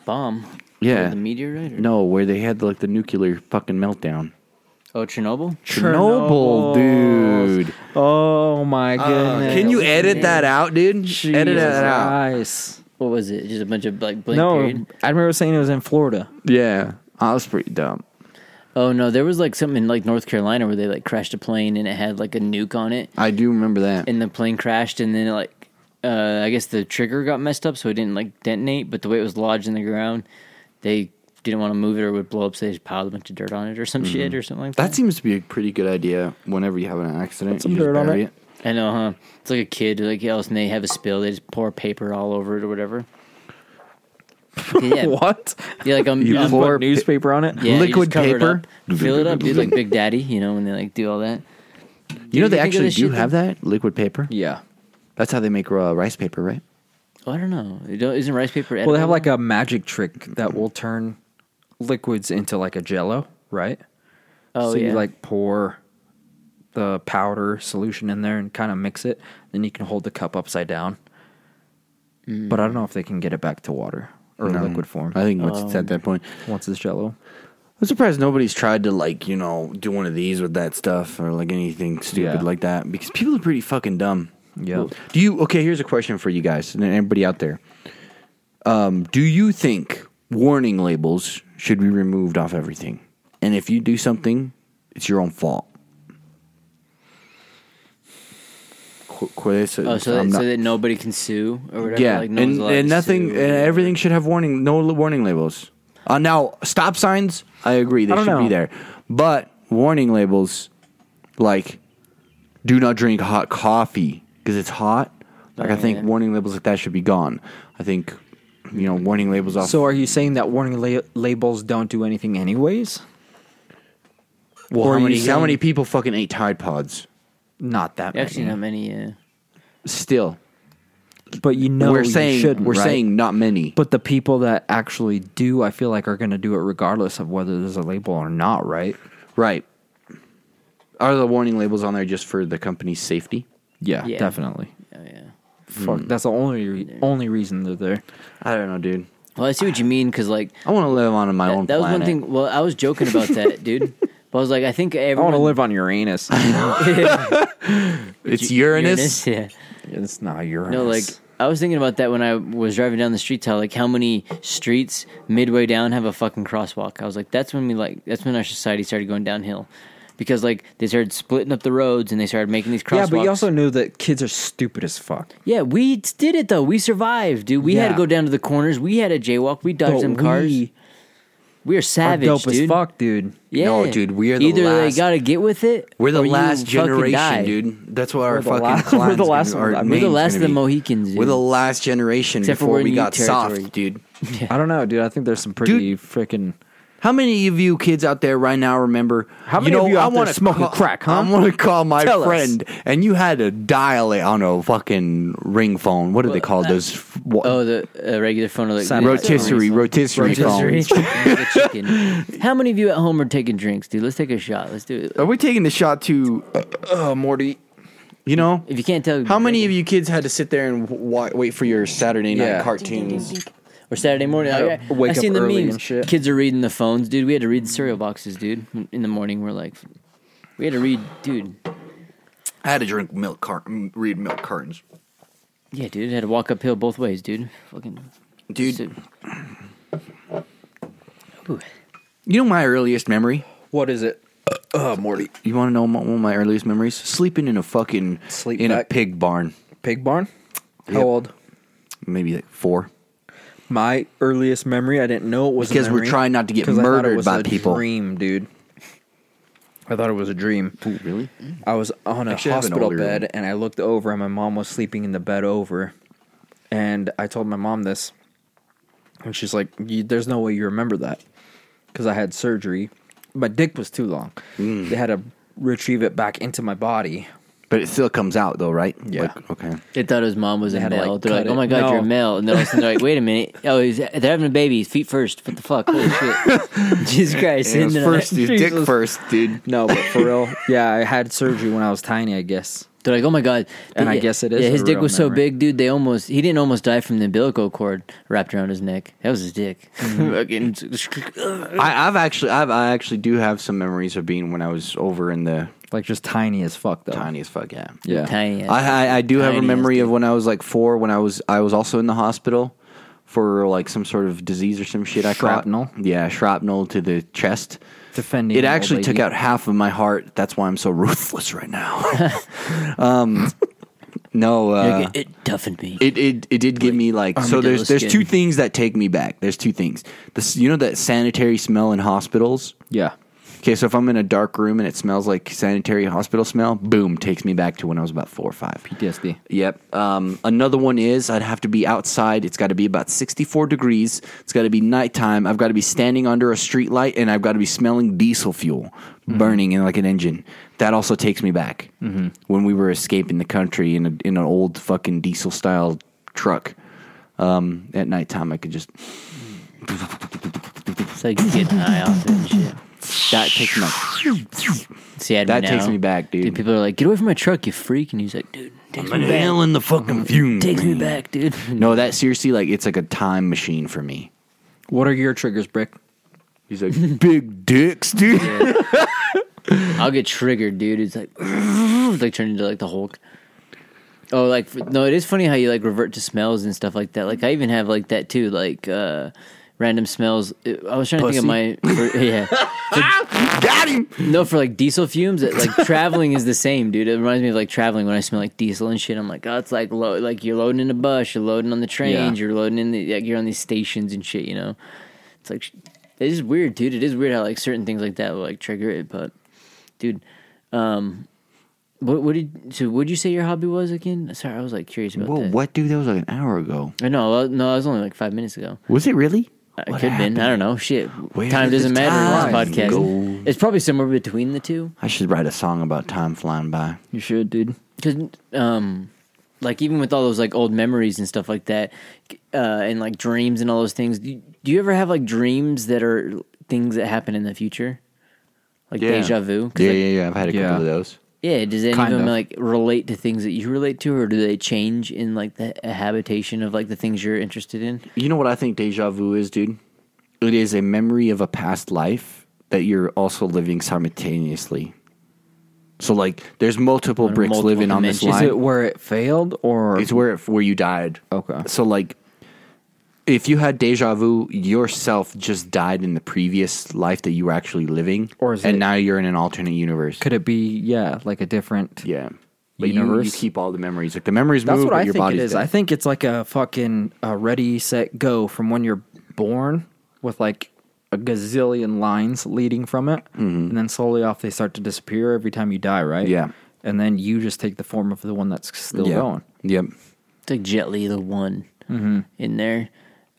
F: bomb.
G: Yeah.
F: The meteorite. Or?
G: No, where they had like the nuclear fucking meltdown.
F: Oh, Chernobyl.
G: Chernobyl, dude.
E: Oh my goodness.
G: Can you edit that out, dude? Edit that out.
E: Nice.
F: What was it? Just a bunch of like blank
E: No,
F: period.
E: I remember saying it was in Florida.
G: Yeah, I was pretty dumb.
F: Oh no, there was like something in like North Carolina where they like crashed a plane and it had like a nuke on it,
G: I do remember that.
F: and the plane crashed, and then it, like uh, I guess the trigger got messed up, so it didn't like detonate. But the way it was lodged in the ground, they didn't want to move it or it would blow up, so they just piled a bunch of dirt on it or
E: Mm-hmm.
F: some shit or something like that.
G: That seems to be a pretty good idea. Whenever you have an accident,
E: some
G: you just
E: dirt on
G: bury
E: it.
G: it.
F: I know, huh? uh, It's like a kid who, like else, and they have a spill. They just pour paper all over it or
E: [laughs]
F: whatever. Yeah,
E: What?
F: yeah, like um,
G: You
F: um,
G: pour-
E: Put newspaper on it.
F: yeah, you just
G: liquid
F: cover it
G: paper?
F: up, fill it up, dude, like Big Daddy. You know when they like do all that.
G: You know
F: you
G: they
F: think of
G: actually
F: this
G: do
F: shit
G: have that liquid paper.
E: Yeah.
G: That's how they make uh, rice paper, right?
F: Oh, I don't know. You don't- Isn't rice paper?
E: Well,
F: Edible?
E: they have like a magic trick that will turn liquids into like a jello, right?
F: Oh
E: so
F: yeah.
E: you like pour the powder solution in there and kind of mix it. Then you can hold the cup upside down. But Mm. I don't know if they can get it back to water or liquid form.
G: I think once it's at that point,
E: once it's jello.
G: I'm surprised nobody's tried to like you know do one of these with that stuff or like anything stupid
E: Yeah.
G: like that because people are pretty fucking dumb.
E: Yeah.
G: Do you okay? Here's a question for you guys and everybody out there. Um, do you think warning labels should be removed off everything? And if you do something, it's your own fault. Qu- qu- this-
F: Oh, so,
G: I'm
F: that,
G: not-
F: so that nobody can sue or whatever.
G: yeah,
F: like, no one's
G: and,
F: allowed
G: and
F: to
G: nothing,
F: sue.
G: and everything should have warning, no l- warning labels. Uh, now, stop signs, I agree, they
E: I don't
G: should be
E: know.
G: there, but warning labels like "do not drink hot coffee" because it's hot. Like
E: Oh,
G: I think
F: yeah.
G: warning labels like that should be gone. I think you know warning labels off.
E: So are you saying that warning la- labels don't do anything anyways?
G: well,
E: or
G: how
E: you
G: many how
E: saying-
G: many people fucking ate Tide Pods?
E: Not that
F: Actually,
E: many.
F: not many. Yeah.
G: Still,
E: But you know
G: we're
E: you
G: saying
E: shouldn't,
G: we're
E: right?
G: saying not many.
E: But the people that actually do, I feel like are going to do it regardless of whether there's a label or not, right?
G: right? Are the warning labels on there just for the company's safety?
E: Yeah, Mm.
F: Yeah.
E: definitely.
F: Oh, yeah.
E: Fuck, that's the only re- only reason they're there.
G: I don't know, dude.
F: Well, I see what you mean because like
G: I want to live on my own
F: that, that was
G: planet.
F: one thing. Well, I was joking about that,
G: [laughs]
F: dude. But I was like, I think
E: I want
F: everyone.
E: to live on [laughs] Uranus.
G: It's Uranus.
F: Yeah.
E: it's not Uranus.
F: No, like I was thinking about that when I was driving down the streets. How like how many streets midway down have a fucking crosswalk? I was like, that's when we like that's when our society started going downhill, because like they started splitting up the roads and they started making these crosswalks.
E: yeah, but you also know that kids are stupid as fuck.
F: yeah, we did it though. We survived, dude. We had to
E: Yeah.
F: go down to the corners. We had a jaywalk. We dodged
E: But
F: them cars.
E: we
F: We are
E: are
F: savage,
E: dope
F: dude.
E: as fuck, dude.
F: Yeah,
G: No, dude, we are the
F: either
G: last-
F: they gotta get with it.
G: We're the
F: or you
G: last
F: fucking
G: generation,
F: die.
G: dude. That's what our
E: the
F: [laughs]
G: fucking
E: last-
G: clan's
E: we're the last
G: gonna- our
E: one. I mean,
F: We're the
G: name's
F: last of
G: gonna
F: the
G: be.
F: Mohicans. Dude.
G: We're the last generation
F: Except for
G: before
F: we're
G: we
F: in
G: got
F: new territory.
G: soft, dude.
E: I don't know, dude. I think there's some pretty freaking.
G: How many of you kids out there right now remember?
E: How many
G: you know,
E: of you
G: I
E: out there
G: wanna
E: smoking
G: call-
E: crack, huh?
G: I want to call my
E: Tell us.
G: friend, and you had to dial it on a fucking ring phone. What do they
F: Well,
G: call
F: that-
G: those? f- What,
F: Oh, the uh, regular phone, or like
E: Side-
G: rotisserie, rotisserie,
F: rotisserie.
G: phones.
F: The chicken. How many of you at home are taking drinks, dude? Let's take a shot. Let's do it.
G: Are we taking the shot to uh, uh, Morty? You know,
F: If you can't tell,
G: how many of you kids had to sit there and wa- wait for your Saturday night
E: Yeah.
G: cartoons?
F: Or Saturday morning,
E: Had to
F: I, I,
E: wake
F: I
E: up
F: seen the
E: early and
F: memes.
E: shit.
F: Kids are reading the phones, dude. We had to read the cereal boxes, dude. In the morning, we're like, we had to read, dude.
G: I had to drink milk car- m- read milk cartons.
F: Yeah, dude. Had to walk uphill both ways, dude. Fucking
G: Dude,
F: so- Ooh.
G: you know my earliest memory?
E: What is it? Uh, Morty.
G: You want to know my, one of my earliest memories? Sleeping in a fucking
E: Sleep
G: in
E: back.
G: a pig barn.
E: Pig barn. How
G: Yep.
E: old?
G: Maybe like 4.
E: My earliest memory. I didn't know it was a
G: Because we're
E: memory,
G: trying not to get
E: 'cause I thought it
G: murdered
E: was
G: by
E: a
G: people.
E: Dream, dude. I thought it was a dream.
G: really?
E: I was on a
G: Actually, I have an
E: hospital
G: older
E: bed
G: one.
E: and I looked over and my mom was sleeping in the bed over. And I told my mom this. And she's like, "You- There's no way you remember that. Because I had surgery. My dick was too long.
G: Mm.
E: They had to retrieve it back into my body.
G: But it still comes out though, right?
E: Yeah.
G: Like, okay.
F: They thought his mom was a
E: had to,
F: male.
E: like,
F: they're like,
E: cut
F: "Oh
E: it.
F: my god, you're a
E: No.
F: male!" And then all of a sudden they're like, "Wait a minute! Oh, he's, they're having a baby. He's feet first. What the fuck?
E: [laughs]
F: Holy shit! Jesus Christ!
G: It
F: And
G: was
F: then
G: first, dude. Dick
E: Jesus.
G: first, dude.
E: No, but for real. [laughs] Yeah, I had surgery when I was tiny, I guess.
F: They're like, "Oh my god!"
E: And I
F: Yeah,
E: guess it is
F: Yeah,
E: a
F: his dick
E: real
F: was so
E: memory.
F: big, dude. They almost he didn't almost die from the umbilical cord wrapped around his neck. That was his dick. Fucking-
G: I, I've actually, I've, I actually do have some memories of being when I was over in the
E: [laughs] Like just tiny as fuck, though.
G: tiny as fuck. Yeah,
E: Yeah.
F: [laughs] Tiny.
G: I, I, I do have a
F: Tiny
G: memory
F: as
G: of when I was like four. When I was I was also in the hospital for like some sort of disease or some shit. I caught.
E: Shrapnel?
G: Yeah, shrapnel to the chest.
E: Defending.
G: It
E: an old
G: actually took
E: lady.
G: out half of my heart. That's why I'm so [laughs] ruthless
E: [laughs]
G: right now. um, no, uh,
F: Like, it, it toughened me.
G: it, it it did give me like so.
F: armadillo
G: There's there's
F: skin.
G: two things that take me back. There's two things. This you know that sanitary smell in hospitals.
E: Yeah.
G: Okay, so if I'm in a dark room and it smells like sanitary hospital smell, boom, takes me back to when I was about four or five.
E: PTSD.
G: Yep. Um, another one is I'd have to be outside. It's got to be about 64 degrees. It's got to be nighttime. I've got to be standing under a street light and I've got to be smelling diesel fuel
F: Mm-hmm.
G: burning in like an engine. That also takes me back when we were escaping the country in, a, in an old fucking diesel style truck. Um, at nighttime, I could just
F: It's like you get high off it and shit.
G: That takes my
F: See, I
G: That takes me back, dude.
F: People are like, "Get away from my truck, you freak!" And he's like, "Dude, takes me back.
G: inhaling the fucking fumes.
F: Takes me back, dude." [laughs]
G: No, that seriously, like it's like a time machine for me.
E: What are your triggers, Brick?
G: He's like [laughs] big dicks, dude.
F: I'll get triggered, dude. It's like, [laughs] like turn into like the Hulk. Oh, like f- no, it is funny how you like revert to smells and stuff like that. Like I even have like that too, like uh random smells. It- I was trying to think of my [laughs] for, yeah.
G: [laughs] Got him.
F: No, for like diesel fumes, it,
G: [laughs]
F: like traveling is the same, dude. It reminds me of like traveling when I smell like diesel and shit. I'm like, oh, it's like lo- like you're loading in a bus, you're loading on the trains,
E: Yeah.
F: you're loading in the like, you're on these stations and shit. You know, it's like sh- it is weird, dude. It is weird how like certain things like that will like trigger it. But dude, um, what what did so what did you say your hobby was again? Sorry, I was like curious about
G: Whoa,
F: that.
G: what, dude? That was like an hour ago.
F: I know, uh, no, that was only like five minutes ago.
G: Was it really?
F: I
G: What
F: could have been. I don't know. Shit.
G: Where
F: time
G: did
F: doesn't
G: the
F: matter
G: time
F: in this podcast.
G: go?
F: It's probably somewhere between the two.
G: I should write a song about time flying by.
E: [laughs] You should, dude.
F: because um like even with all those like old memories and stuff like that uh and like dreams and all those things do you, do you ever have like dreams that are things that happen in the future like deja vu 'Cause,
G: Yeah,
F: like,
G: yeah, yeah. I've had a couple
E: Yeah.
G: of those.
F: yeah does any
E: Kind
F: of them
E: of.
F: like relate to things that you relate to or do they change in like the habitation of like the things you're interested in
G: You know what I think deja vu is, dude? It is a memory of a past life that you're also living simultaneously. So like, there's multiple bricks
F: multiple
G: living on this
F: dimensions.
E: Is it
G: line.
E: where it failed or
G: It's where it, where you died.
E: Okay.
G: So like, if you had deja vu, yourself just died in the previous life that you were actually living,
E: Or is
G: and
E: it-
G: now you're in an alternate universe.
E: could it be? Yeah, like a different.
G: yeah, but you, you
E: Universe?
G: keep all the memories. Like the memories
E: That's
G: move,
E: what
G: but
E: I
G: your
E: think it
G: body's
E: is.
G: dead.
E: I think it's like a fucking uh, ready, set, go from when you're born with like a gazillion lines leading from it. And then slowly off, they start to disappear every time you die, right?
G: Mm-hmm. Yeah.
E: And then you just take the form of the one that's still
G: yeah.
E: going.
G: Yep.
F: it's like jet Li, the one
G: Mm-hmm.
F: in there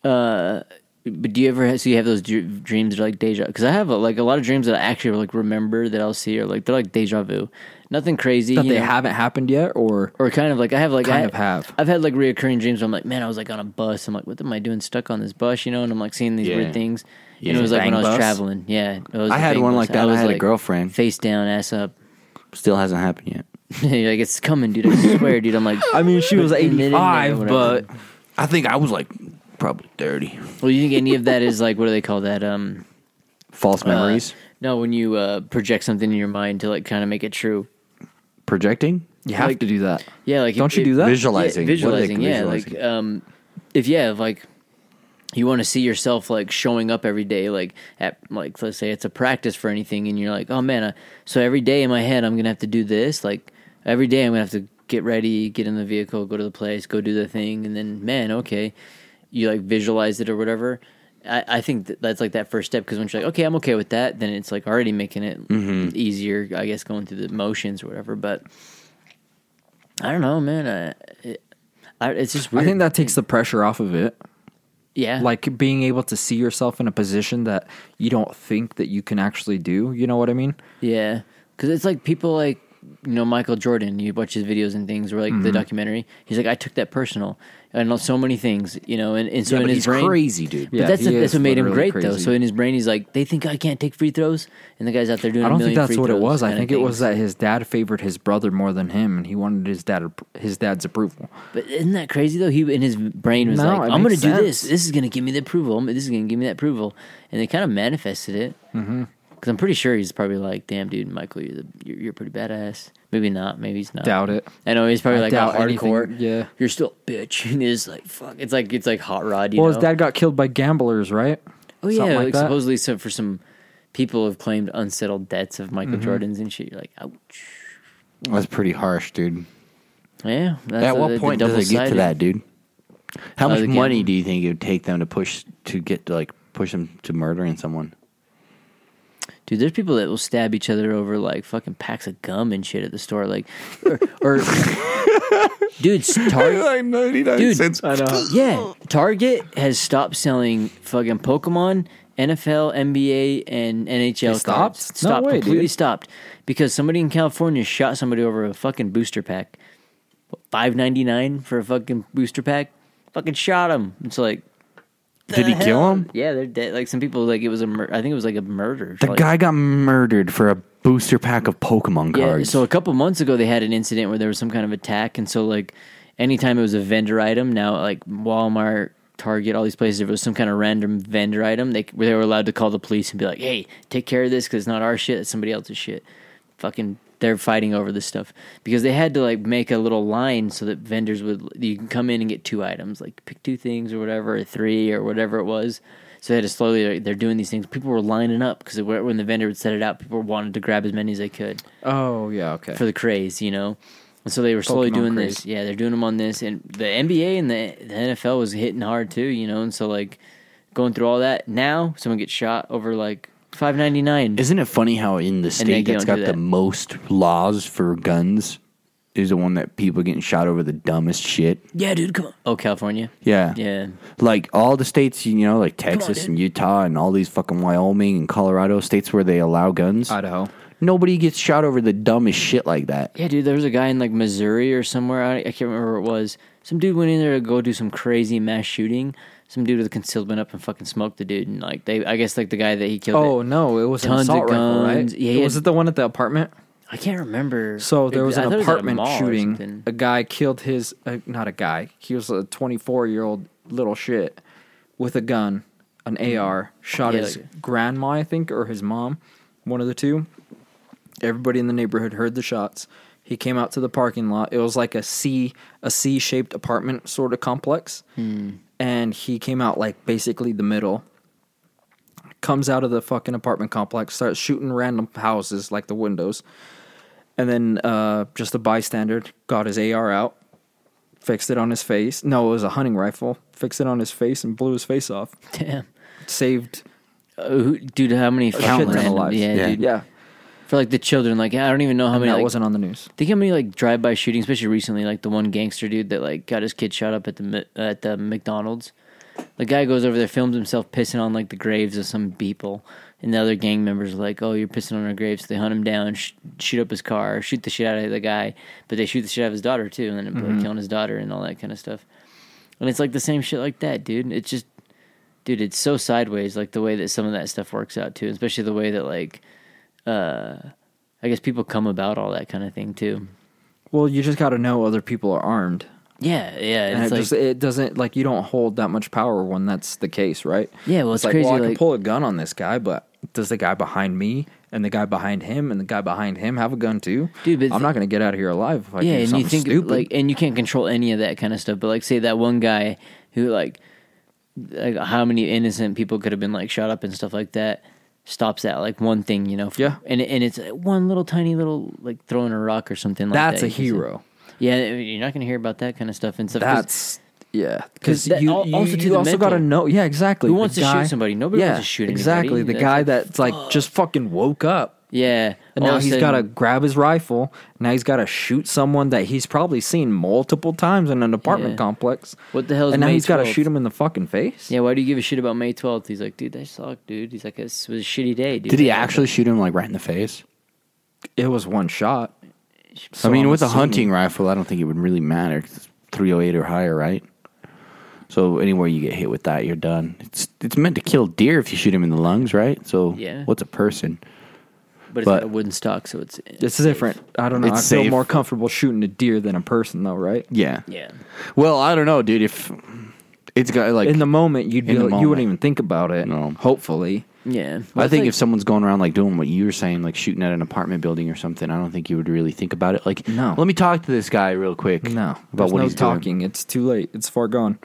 F: uh but do you ever have, so you have those dr- dreams that are like deja? Because I have a, like a lot of dreams that I actually like remember that I'll see are like they're like deja vu, nothing crazy.
E: That
F: you
E: they
F: know?
E: haven't happened yet, or
F: or kind of like I have like
E: Kind
F: I,
E: of have.
F: I've had like reoccurring dreams. Where I'm like, man, I was like on a bus. I'm like, what am I doing stuck on this bus? You know, and I'm like seeing these
G: Yeah.
F: weird things.
G: Yeah.
F: And it was like when
E: Bang
F: I was
E: bus?
F: traveling. Yeah, it was
G: I
F: the
G: had
F: bang
G: one
F: bus.
G: like that. I
F: was
G: had a
F: like,
G: girlfriend.
F: face down, ass up. [laughs]
G: Still hasn't happened yet.
F: You're like it's coming, dude. I swear, dude.
G: [laughs]
F: I'm like,
E: I mean, she was
F: And then it ended or
E: 85,
F: whatever.
E: but
G: I think I was like probably thirty.
F: well, you think any of that is like what do they call that? Um,
G: False
F: uh,
G: memories.
F: no, when you uh, project something in your mind to like kind of make it true.
G: Projecting.
E: you have to do that.
F: Yeah, like
E: Don't
F: it-
E: you
F: it-
E: do that?
G: Visualizing.
F: Yeah,
G: What are they-
F: visualizing, yeah.
G: visualizing?
F: Like, um, if yeah, if, like you want to see yourself like showing up every day, like at like let's say it's a practice for anything, and you're like, oh man, I, so every day in my head, I'm gonna have to do this. Like every day, I'm gonna have to get ready, get in the vehicle, go to the place, go do the thing, and then man, okay, you like visualize it or whatever. I, I think that that's like that first step because once you're like, okay, I'm okay with that, then it's like already making it
E: Mm-hmm.
F: easier, I guess, going through the motions or whatever. But I don't know, man. I, it, I, it's just weird.
E: I think that takes the pressure off of it.
F: yeah,
E: Like being able to see yourself in a position that you don't think that you can actually do. You know what I mean?
F: yeah, because it's like people like you know Michael Jordan. You watch his videos and things, or like
E: Mm-hmm.
F: the documentary. He's like, I took that personal, and on so many things, you know, and, and so
G: Yeah,
F: in
G: but
F: his
G: he's
F: brain,
G: crazy, dude.
F: But
E: Yeah,
F: that's
E: he
F: that's
E: is
F: what made him
E: literally
F: great though.
E: crazy.
F: So in his brain, he's like, they think I can't take free throws, and the guys out there doing.
E: I
F: a
E: don't think
F: million
E: that's
F: free
E: what it
F: throws
E: was. I
F: kinda
E: think it was uh,
F: things.
E: that his dad favored his brother more than him, and he wanted his dad his dad's approval.
F: But isn't that crazy though? He in his brain was
E: No,
F: like,
E: it
F: "I'm going to
E: makes
F: do this.
E: sense.
F: This is going to give me the approval. I'm- This is going to give me that approval." And they kind of manifested it. Because
E: Mm-hmm.
F: I'm pretty sure he's probably like, "Damn, dude, Michael, you're the, you're, you're pretty badass." Maybe not. Maybe he's not.
E: Doubt it.
F: I know he's probably
E: I
F: like all
E: doubt anything,
F: hardcore.
E: yeah.
F: you're still a bitch. And [laughs] it's like fuck. It's like it's like hot rod. You
E: Well,
F: know?
E: his dad got killed by gamblers, right?
F: Oh
E: Something
F: yeah,
E: like
F: like,
E: that.
F: supposedly so for some people have claimed unsettled debts of Michael
E: Mm-hmm.
F: Jordan's and shit. You're like, ouch.
G: That's pretty harsh, dude.
F: Yeah. That's
G: At
F: a-
G: what
F: the
G: point does it get to
F: double-sided.
G: that, dude? How
F: Uh,
G: much
F: the gam-
G: money do you think it would take them to push to get to like push them to murdering someone?
F: Dude, there's people that will stab each other over like fucking packs of gum and shit at the store, like, or, or
G: [laughs]
F: dude, [laughs] Target,
G: ninety nine
F: dude, [gasps] yeah, Target has stopped selling fucking Pokemon, NFL, NBA, and NHL.
E: They stopped?
F: cards.
E: No
F: stopped,
E: way,
F: completely
E: dude.
F: stopped because somebody in California shot somebody over a fucking booster pack, five ninety nine for a fucking booster pack, fucking shot him. It's like
G: Did he kill him?
F: Yeah, they're dead. Like some people, like it was a. Mur- I think it was like a murder.
G: The
F: Like-
G: guy got murdered for a booster pack of Pokemon
F: Yeah.
G: cards.
F: So a couple months ago, they had an incident where there was some kind of attack, and so like anytime it was a vendor item, now like Walmart, Target, all these places, if it was some kind of random vendor item, they where they were allowed to call the police and be like, "Hey, take care of this because it's not our shit; it's somebody else's shit." Fucking, they're fighting over this stuff because they had to like make a little line so that vendors would you can come in and get two items, like pick two things or whatever, or three or whatever it was. So they had to slowly. like, They're doing these things. People were lining up because when the vendor would set it out, people wanted to grab as many as they could
E: Oh yeah, okay.
F: for the craze, you know. And so they were slowly
E: Pokemon
F: doing
E: craze.
F: this. Yeah, they're doing them on this, and the NBA and the, the NFL was hitting hard too, you know. And so like going through all that, now someone gets shot over like five ninety nine.
G: Isn't it funny how in the
F: they
G: state that's
F: don't
G: got
F: do
G: the
F: that.
G: most laws for guns is the one that people getting shot over the dumbest shit?
F: Yeah, dude, come on. Oh, California.
G: Yeah.
F: Yeah.
G: Like all the states, you know, like Texas and Utah and all these fucking Wyoming and Colorado states where they allow guns.
E: Idaho.
G: Nobody gets shot over the dumbest shit like that.
F: Yeah, dude, there was a guy in like Missouri or somewhere. I, I can't remember where it was. Some dude went in there to go do some crazy mass shooting. Some dude with a concealed went up and fucking smoked the dude, and like they, I guess like the guy that he killed.
E: Oh no, it was an
F: Tons of
E: assault rifle, right?
F: guns. Yeah, he
E: was
F: had-
E: it the one at the apartment?
F: I can't remember.
E: So there was
F: I
E: an
F: thought it at a
E: apartment
F: mall or
E: shooting.
F: something. [laughs]
E: A guy killed his uh, not a guy. He was a 24 year old little shit with a gun, an AR. Shot
F: Hmm. Yeah,
E: his
F: like-
E: grandma, I think, or his mom, one of the two. Everybody in the neighborhood heard the shots. He came out to the parking lot. It was like a C a C shaped apartment sort of complex,
F: Hmm.
E: and he came out like basically the middle. Comes out of the fucking apartment complex, starts shooting random houses like the windows. And then uh, just a bystander got his AR out, fixed it on his face. No, it was a hunting rifle. Fixed it on his face and blew his face off.
F: Damn.
E: Saved
F: Uh, who, dude, how many
E: a shit
F: countless?
E: ton of
F: Random,
E: lives.
F: yeah, dude.
E: yeah.
F: For like the children, like I don't even know how
E: And
F: many.
E: that
F: like,
E: wasn't on the news.
F: Think how many like drive-by shootings, especially recently, like the one gangster dude that like got his kid shot up at the Mi- uh, at the McDonald's. The guy goes over there, films himself pissing on like the graves of some people, and the other gang members are like, "Oh, you're pissing on our graves." So they hunt him down, sh- shoot up his car, shoot the shit out of the guy, but they shoot the shit out of his daughter too, and then end up, like, killing his daughter and all that kind of stuff. And it's like the same shit like that, dude. It's just, dude, it's so sideways, like the way that some of that stuff works out too, especially the way that like, uh, I guess people come about all that kind of thing too.
E: Well, you just got to know other people are armed.
F: Yeah, yeah.
E: And
F: it's
E: it,
F: like,
E: just, it doesn't, like, you don't hold that much power when that's the case, right?
F: Yeah, well, it's
E: like,
F: crazy,
E: well, I can
F: like-
E: pull a gun on this guy, but does the guy behind me and the guy behind him and the guy behind him have a gun too?
F: Dude, but the-
E: I'm not going to get out of here alive if I
F: yeah,
E: do
F: and
E: something
F: you think
E: stupid.
F: like, and you can't control any of that kind of stuff. But like, say that one guy who like, like how many innocent people could have been like shot up and stuff like that. Stops at like one thing, you know. f-
E: Yeah.
F: and and it's one little tiny little like throwing a rock or something like
E: that's
F: that.
E: a
F: You can say-
E: hero.
F: Yeah, you're not gonna hear about that kind of stuff and stuff. 'cause
E: That's yeah,
F: 'Cause
E: because
F: that-
E: you,
F: al-
E: you
F: also
E: also,
F: to the mental.
E: got to know. Yeah, exactly.
F: Who
E: The
F: wants to shoot
E: guy-
F: somebody? Nobody wants to shoot anybody.
E: Exactly, the
F: That's
E: guy
F: like,
E: that's like just fucking woke up.
F: yeah.
E: And
F: all
E: now
F: of a
E: he's
F: sudden-
E: got to grab his rifle. Now he's got to shoot someone that he's probably seen multiple times in an apartment
F: Yeah.
E: complex.
F: What the hell is
E: And now
F: May
E: he's got to
F: 12th?
E: shoot him in the fucking face.
F: Yeah, why do you give a shit about May 12th? He's like, dude, that sucked, dude. He's like, this was a shitty day, dude.
G: Did he
F: Like,
G: actually shoot him like right in the face?
E: It was one shot.
G: I mean,
E: I'm
G: with a
E: assuming-
G: hunting rifle, I don't think it would really matter 'cause it's 308 or higher, right? So anywhere you get hit with that, you're done. It's it's meant to kill deer if you shoot him in the lungs, right? So
F: Yeah.
G: what's a person?
F: But it's
G: but-
F: got a wooden stock, so it's.
E: It's different. I don't know.
G: It's
E: I feel
G: safe.
E: more comfortable shooting a deer than a person, though, right?
G: Yeah.
F: Yeah.
G: Well, I don't know, dude. If it's got like
E: in the moment, you'd be,
G: In the
E: like- you
G: moment.
E: wouldn't even think about it.
G: No.
E: Hopefully,
F: Yeah.
G: I think if someone's going around like doing what you were saying, like shooting at an apartment building or something, I don't think you would really think about it. Like,
E: No.
G: let me talk to this guy real quick.
E: no.
G: about
E: There's
G: what
E: no
G: he's doing.
E: talking. It's too late. It's far gone.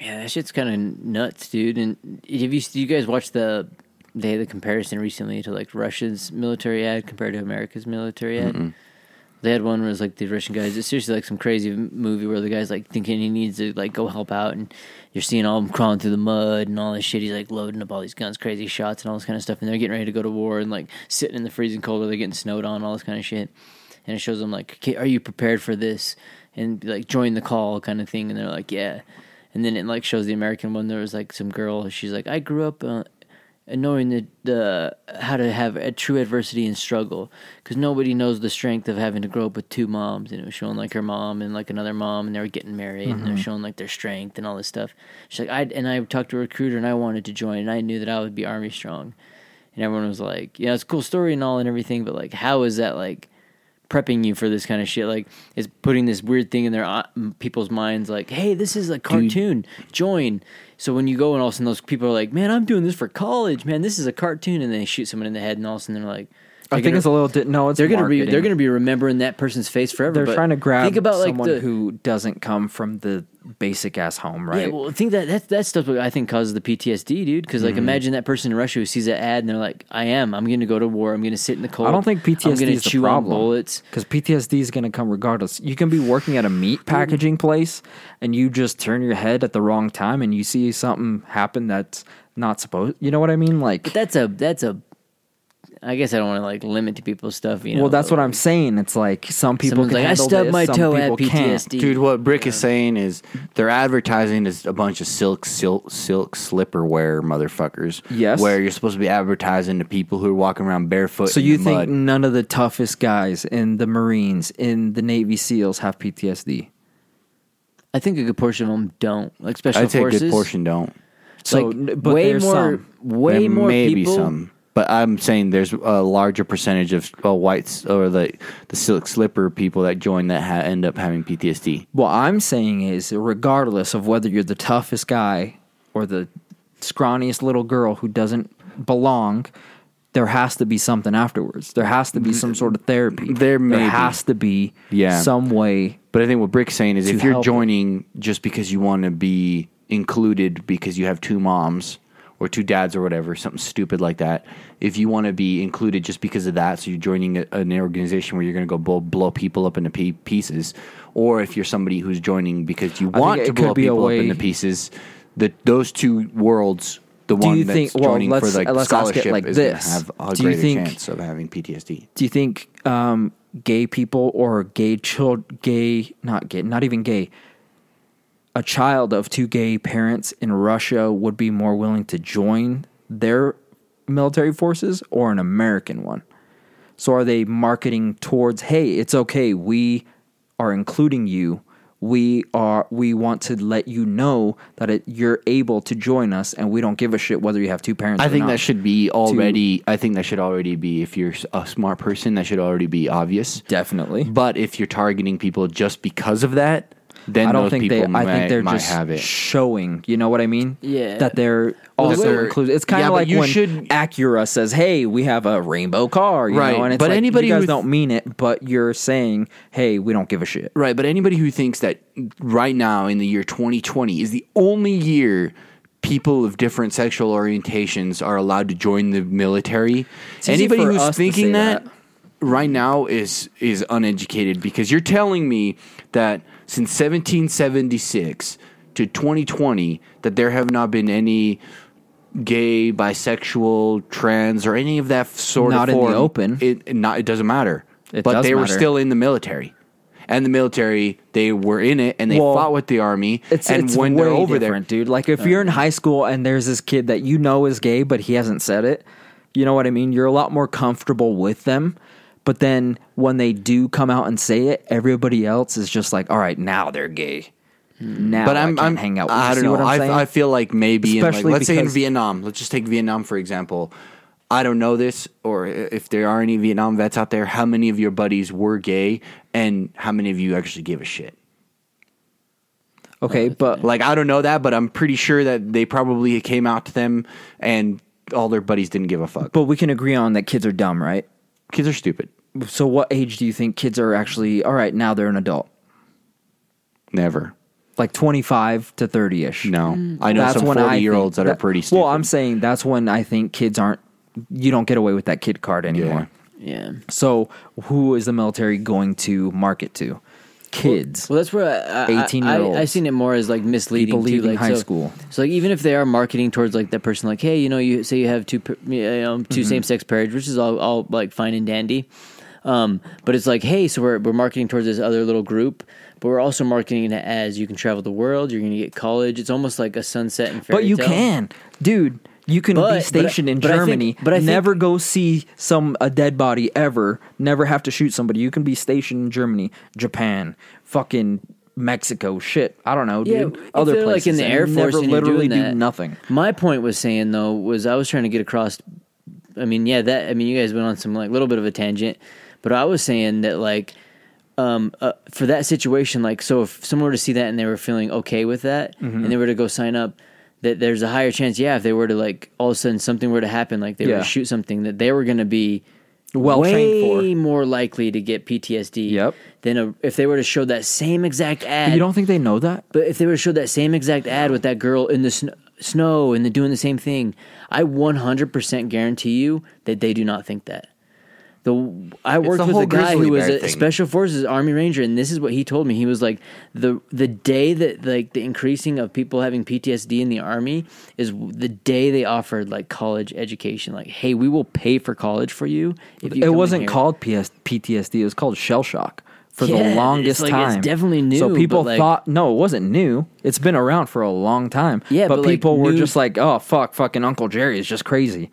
F: Yeah, that shit's kind of nuts, dude. And have you do you guys watch the they had the comparison recently to like Russia's military ad compared to America's military ad? They had one where it's like the Russian guys. It's seriously like some crazy m- movie where the guy's like thinking he needs to like go help out, and you're seeing all of them crawling through the mud and all this shit. He's like loading up all these guns, crazy shots, and all this kind of stuff. And they're getting ready to go to war and like sitting in the freezing cold where they're getting snowed on, all this kind of shit. And it shows them like, okay, are you prepared for this? And like join the call kind of thing. And they're like, yeah. And then it like shows the American one. There was like some girl. She's like, I grew up. Uh, and knowing the, the how to have a true adversity and struggle because nobody knows the strength of having to grow up with two moms and it was showing like her mom and like another mom and they were getting married and they're showing like their strength and all this stuff she's like i and i talked to a recruiter and i wanted to join and i knew that i would be army strong and everyone was like yeah it's a cool story and all and everything but like how is that like prepping you for this kind of shit like it's putting this weird thing in their uh, m- people's minds like hey this is a cartoon join so when you go and all of a sudden those people are like man i'm doing this for college man this is a cartoon and they shoot someone in the head and all of a sudden they're like
E: I
F: they're
E: think
F: gonna-
E: it's a little. Di- no, it's
F: they're gonna be they're
E: marketing.
F: gonna be remembering that person's face forever
E: They're
F: but
E: trying to grab
F: think about like
E: someone
F: the,
E: who doesn't come from the basic ass home, right?
F: Yeah, well, I think that that that stuff I think causes the PTSD, dude. Because
E: Mm-hmm.
F: like, imagine that person in Russia who sees that ad and they're like, "I am. I'm going to go to war. I'm going to sit in the cold.
E: I don't think PTSD
F: I'm gonna
E: is the
F: chew
E: problem.
F: on bullets."
E: because PTSD is going to come regardless. You can be working at a
F: Mm-hmm.
E: meat packaging place and you just turn your head at the wrong time and you see something happen that's not supposed. You know what I mean? Like,
F: But that's a that's a. I guess I don't want to like limit to people's stuff. You know,
E: well, that's
F: but,
E: what I'm saying. It's like some people
F: Someone's
E: can
F: like, "I
E: handle
F: stubbed
E: this,
F: my
E: some
F: toe at
E: people can't.
F: PTSD.
G: Dude, what Brick is saying is their advertising is a bunch of silk, silk, silk slipperware motherfuckers.
E: Yes.
G: Where you're supposed to be advertising to people who are walking around barefoot.
E: So
G: in
E: you
G: the
E: think
G: mud.
E: none of the toughest guys in the Marines, in the Navy SEALs, have PTSD?
F: I think a good portion of them don't like special
G: I'd say
F: forces.
G: a good portion don't.
E: So,
F: like,
E: n- but
F: way
E: there's
F: more,
E: some.
F: way
G: There
F: more
G: may be
F: people.
G: some, but I'm saying there's a larger percentage of uh, whites or the the silk slipper people that join that ha- end up having PTSD.
E: What I'm saying is, regardless of whether you're the toughest guy or the scrawniest little girl who doesn't belong, there has to be something afterwards. There has to be some sort of therapy.
G: There may be.
E: has to be
G: Yeah.
E: some way.
G: But I think what Brick's saying is
E: To
G: if you're
E: help.
G: joining just because you want to be included because you have two moms or two dads or whatever, something stupid like that, if you want to be included just because of that, so you're joining a, an organization where you're going to go blow, blow people up into pe- pieces, or if you're somebody who's joining because you
E: think
G: want
E: it
G: to
E: could
G: blow
E: be a
G: people up
E: way-
G: into pieces, the, those two worlds, the
E: Do
G: one
E: you
G: that's
E: think- well,
G: joining
E: let's-
G: for like
E: uh, let's ask it
G: scholarship
E: like
G: is going to
E: this.
G: have a
E: Do you
G: greater
E: think-
G: chance of having PTSD.
E: Do you think um, gay people or gay child, gay not gay, not even gay, a child of two gay parents in Russia would be more willing to join their military forces or an American one? So are they marketing towards, hey, it's okay, we are including you. We are we want to let you know that it, you're able to join us and we don't give a shit whether you have two parents
G: I
E: or
G: think
E: not.
G: that should be already. I think that should already be. If you're s- a smart person, that should already be obvious.
E: definitely.
G: But if you're targeting people just because of that, then
E: I don't
G: those
E: think
G: people
E: they. I
G: might-
E: think they're
G: might
E: just
G: have it.
E: showing. You know what I mean?
F: Yeah.
E: That they're also
G: they're-
E: included. It's kind
G: Yeah,
E: of
G: but
E: like
G: you
E: when
G: should-
E: Acura says, "Hey, we have a rainbow car," you
G: Right,
E: know, and it's
G: but
E: like,
G: anybody
E: you guys
G: with-
E: don't mean it, but you're saying, "Hey, we don't give a shit."
G: Right, but anybody who thinks that right now in the year 2020 is the only year people of different sexual orientations are allowed to join the military,
E: easy
G: anybody
E: for
G: who's
E: us to say
G: thinking that,
E: that.
G: right now is is uneducated because you're telling me that since 1776 to 2020 that there have not been any gay, bisexual, trans, or any of that sort
E: Not
G: of
E: in the
G: form.
E: open.
G: It, it not it doesn't matter.
E: It
G: but
E: does
G: they were
E: matter.
G: still in the military, and the military they were in it and they
E: Well,
G: fought with the army.
E: It's
G: and
E: it's
G: when
E: way
G: they're over there, uh,
E: different, dude. Like if you're in high school and there's this kid that you know is gay, but he hasn't said it. You know what I mean? You're a lot more comfortable with them. But then when they do come out and say it, everybody else is just like, "All right, now they're gay." Now
G: But
E: I
G: I'm,
E: can't
G: I am
E: hang out. With you.
G: I don't
E: See
G: know.
E: What I'm
G: I,
E: saying?
G: I feel like maybe, in like,
E: Especially
G: let's say in
E: because-
G: Vietnam. Let's just take Vietnam for example. I don't know this, or if there are any Vietnam vets out there, how many of your buddies were gay, and how many of you actually give a shit?
E: Okay, but
G: Like I don't know that, but I'm pretty sure that they probably came out to them, and all their buddies didn't give a fuck.
E: but we can agree on that kids are dumb, right?
G: Kids are stupid.
E: So what age do you think kids are actually all right, now they're an adult?
G: Never.
E: Like 25 to 30ish.
G: No, I know some
E: Mm. when I
G: forty year olds that,
E: think
G: are pretty stupid.
E: Well, I'm saying that's when I think kids aren't you don't get away with that kid card anymore.
F: Yeah.
E: So who is the military going to market to? Kids.
F: Well, that's where I, I,
E: 18
F: I,
E: year olds.
F: I, I've seen it more as like misleading.
E: People
F: too,
E: leaving
F: like,
E: high
F: so,
E: school.
F: So like even if they are marketing towards like that person, like hey, you know, you say you have two per- you know, 2
E: Mm-hmm.
F: same sex marriage, which is all all like fine and dandy. Um, but it's like hey, so we're we're marketing towards this other little group, but we're also marketing it as you can travel the world, you're going to get college. It's almost like a sunset and fairy
E: but you
F: tale.
E: can. Dude, You can
F: But-
E: be
F: but-
E: stationed in
F: but I think-
E: Germany,
F: but I think-
E: never go see some a dead body ever. Never have to shoot somebody. You can be stationed in Germany, Japan, fucking Mexico, shit. I don't know, dude.
F: if
E: Other
F: they're,
E: places
F: like in the
E: and
F: Air Force,
E: never
F: and you're
E: literally
F: doing that.
E: do nothing.
F: My point was saying though was I was trying to get across. I mean, yeah, that. I mean, you guys went on some like little bit of a tangent, but I was saying that like, um, uh, for that situation, like, so if someone were to see that and they were feeling okay with that,
E: Mm-hmm.
F: and they were to go sign up, that there's a higher chance, yeah, if they were to like all of a sudden something were to happen, like they were
E: Yeah.
F: to shoot something, that they were going to be
E: Well trained for.
F: way more likely to get PTSD.
E: Yep.
F: Than a, if they were to show that same exact ad.
E: You don't think they know that?
F: But if they would have showed that same exact ad with that girl in the sn- snow and the, doing the same thing, I 100% guarantee you that they do not think that. The I worked
G: the
F: with
G: whole
F: a guy
G: grizzly
F: who was
G: bear
F: a
G: thing.
F: special forces army ranger, and this is what he told me. He was like the the day that like the increasing of people having PTSD in the army is the day they offered like college education. Like, hey, we will pay for college for you. If you
E: it
F: come in
E: wasn't
F: here."
E: called PS- PTSD. It was called shell shock for
F: Yeah,
E: the
F: it's
E: longest
F: like- it's
E: time.
F: definitely new,
E: So
F: but
E: people
F: like-
E: thought no, it wasn't new. It's been around for a long time.
F: Yeah,
E: but,
F: but, like,
E: people were
F: new-
E: just like, oh fuck, fucking Uncle Jerry is just crazy.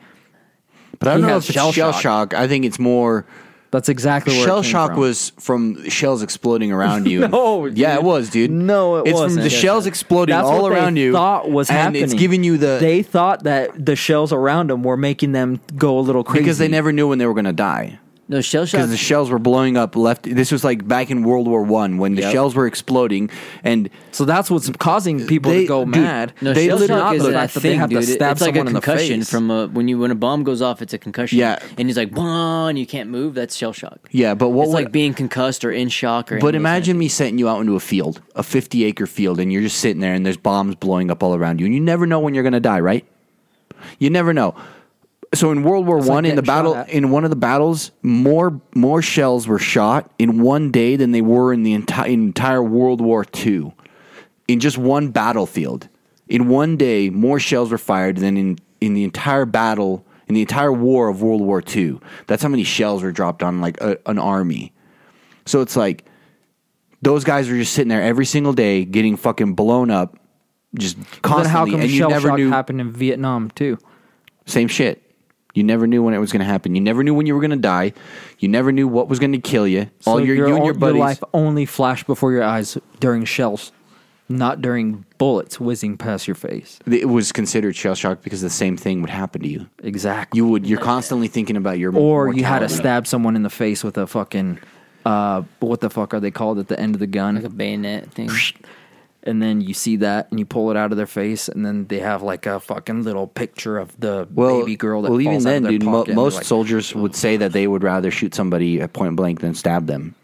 G: But I
E: He
G: don't know
E: has
G: if it's
E: shell
G: shell
E: shock.
G: shock. I think it's more
E: That's exactly where it
G: shell
E: came [laughs]
G: shock
E: from.
G: was from shells exploding around
E: [laughs]
G: you.
E: No,
G: yeah,
E: dude.
G: it was, dude.
E: No, it
G: it's
E: wasn't.
G: from the shells exploding
E: That's
G: all
E: what they
G: around you.
E: Thought was
G: and
E: happening.
G: it's giving you the
E: They thought that the shells around them were making them go a little crazy
G: because they never knew when they were going to die.
F: no shell shock.
G: because the shells were blowing up left. This was like back in World War One when the
E: Yep.
G: shells were exploding, and
E: So that's what's causing people to
G: They-
E: go
G: dude,
E: mad.
F: No,
G: They
F: shell
G: literally-
F: shock
G: not
F: is
G: the
F: a
E: fact that
F: thing,
E: they have to
F: dude.
E: stab
F: it's like a
E: someone in the
F: concussion
E: face.
F: from a, when you when a bomb goes off, it's a concussion.
G: Yeah.
F: and he's like, "Wah," and you can't move. That's shell shock.
G: yeah. But what
F: it's
G: would,
F: like being concussed or in shock. Or any of
G: But
F: those
G: imagine me setting you out into a field, a fifty acre field, and you're just sitting there, and there's bombs blowing up all around you, and you never know when you're going to die, right? You never know. So in World War
E: like
G: One, in the
E: getting shot
G: battle,
E: at.
G: in one of the battles, more more shells were shot in one day than they were in the entire entire World War Two, in just one battlefield. In one day, more shells were fired than in in the entire battle in the entire war of World War Two. That's how many shells were dropped on like a, an army. So it's like those guys were just sitting there every single day getting fucking blown up, just
E: Then
G: constantly,
E: how come
G: and you
E: shell
G: never
E: shock
G: knew.
E: happened in Vietnam too?
G: Same shit. You never knew when it was going to happen. You never knew when you were going to die. You never knew what was going to kill you.
E: So
G: All your, you
E: own-
G: and your buddies.
E: life only flashed before your eyes during shells, not during bullets whizzing past your face.
G: It was considered shell shock because the same thing would happen to you.
E: Exactly.
G: You would. You're constantly thinking about your
E: or you had to
G: mortality.
E: stab someone in the face with a fucking uh, what the fuck are they called at the end of the gun?
F: like a bayonet thing.
E: and then you see that and you pull it out of their face and then they have like a fucking little picture of the baby girl that
G: well,
E: falls
G: even
E: out
G: then,
E: of their
G: dude, mo-
E: pocket and
G: most
E: they're like,
G: soldiers would say that they would rather shoot somebody at point blank than stab them.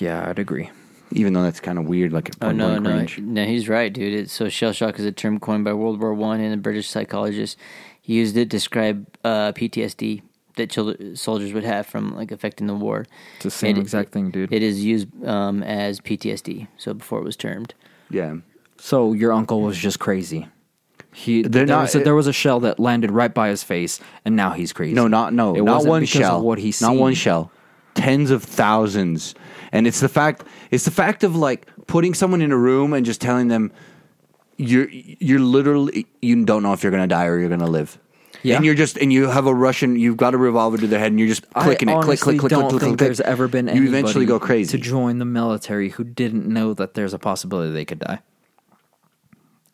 E: yeah i'd agree
G: Even though that's kind of weird, like at
F: Oh
G: point
F: no,
G: blank
F: no,
G: range.
F: no! He's right, dude. It's, so shell shock is a term coined by World War One and a British psychologist. He used it to describe uh, PTSD that children, soldiers would have from like affecting the war.
E: It's the same exact thing, dude.
F: It is used um, as PTSD. So before it was termed.
G: Yeah.
E: so your uncle was just crazy he
G: They're
E: there,
G: not-
E: was a, there was a shell that landed right by his face and now he's crazy
G: No, not no,
E: it
G: not
E: wasn't
G: one
E: because of
G: shell.
E: what he's
G: not one
E: seen.
G: shell. Tens of thousands, and it's the fact. It's the fact of like putting someone in a room and just telling them, "You're you're literally you don't know if you're gonna die or you're gonna live."
E: Yeah.
G: And you're just and you have a Russian. You've got a revolver to their head, and you're just
E: I
G: clicking it, click,
E: honestly
G: click, click,
E: don't
G: click, click,
E: think
G: click.
E: there's ever been
G: You
E: anybody
G: eventually go
E: to
G: crazy.
E: join the military who didn't know that there's a possibility they could die.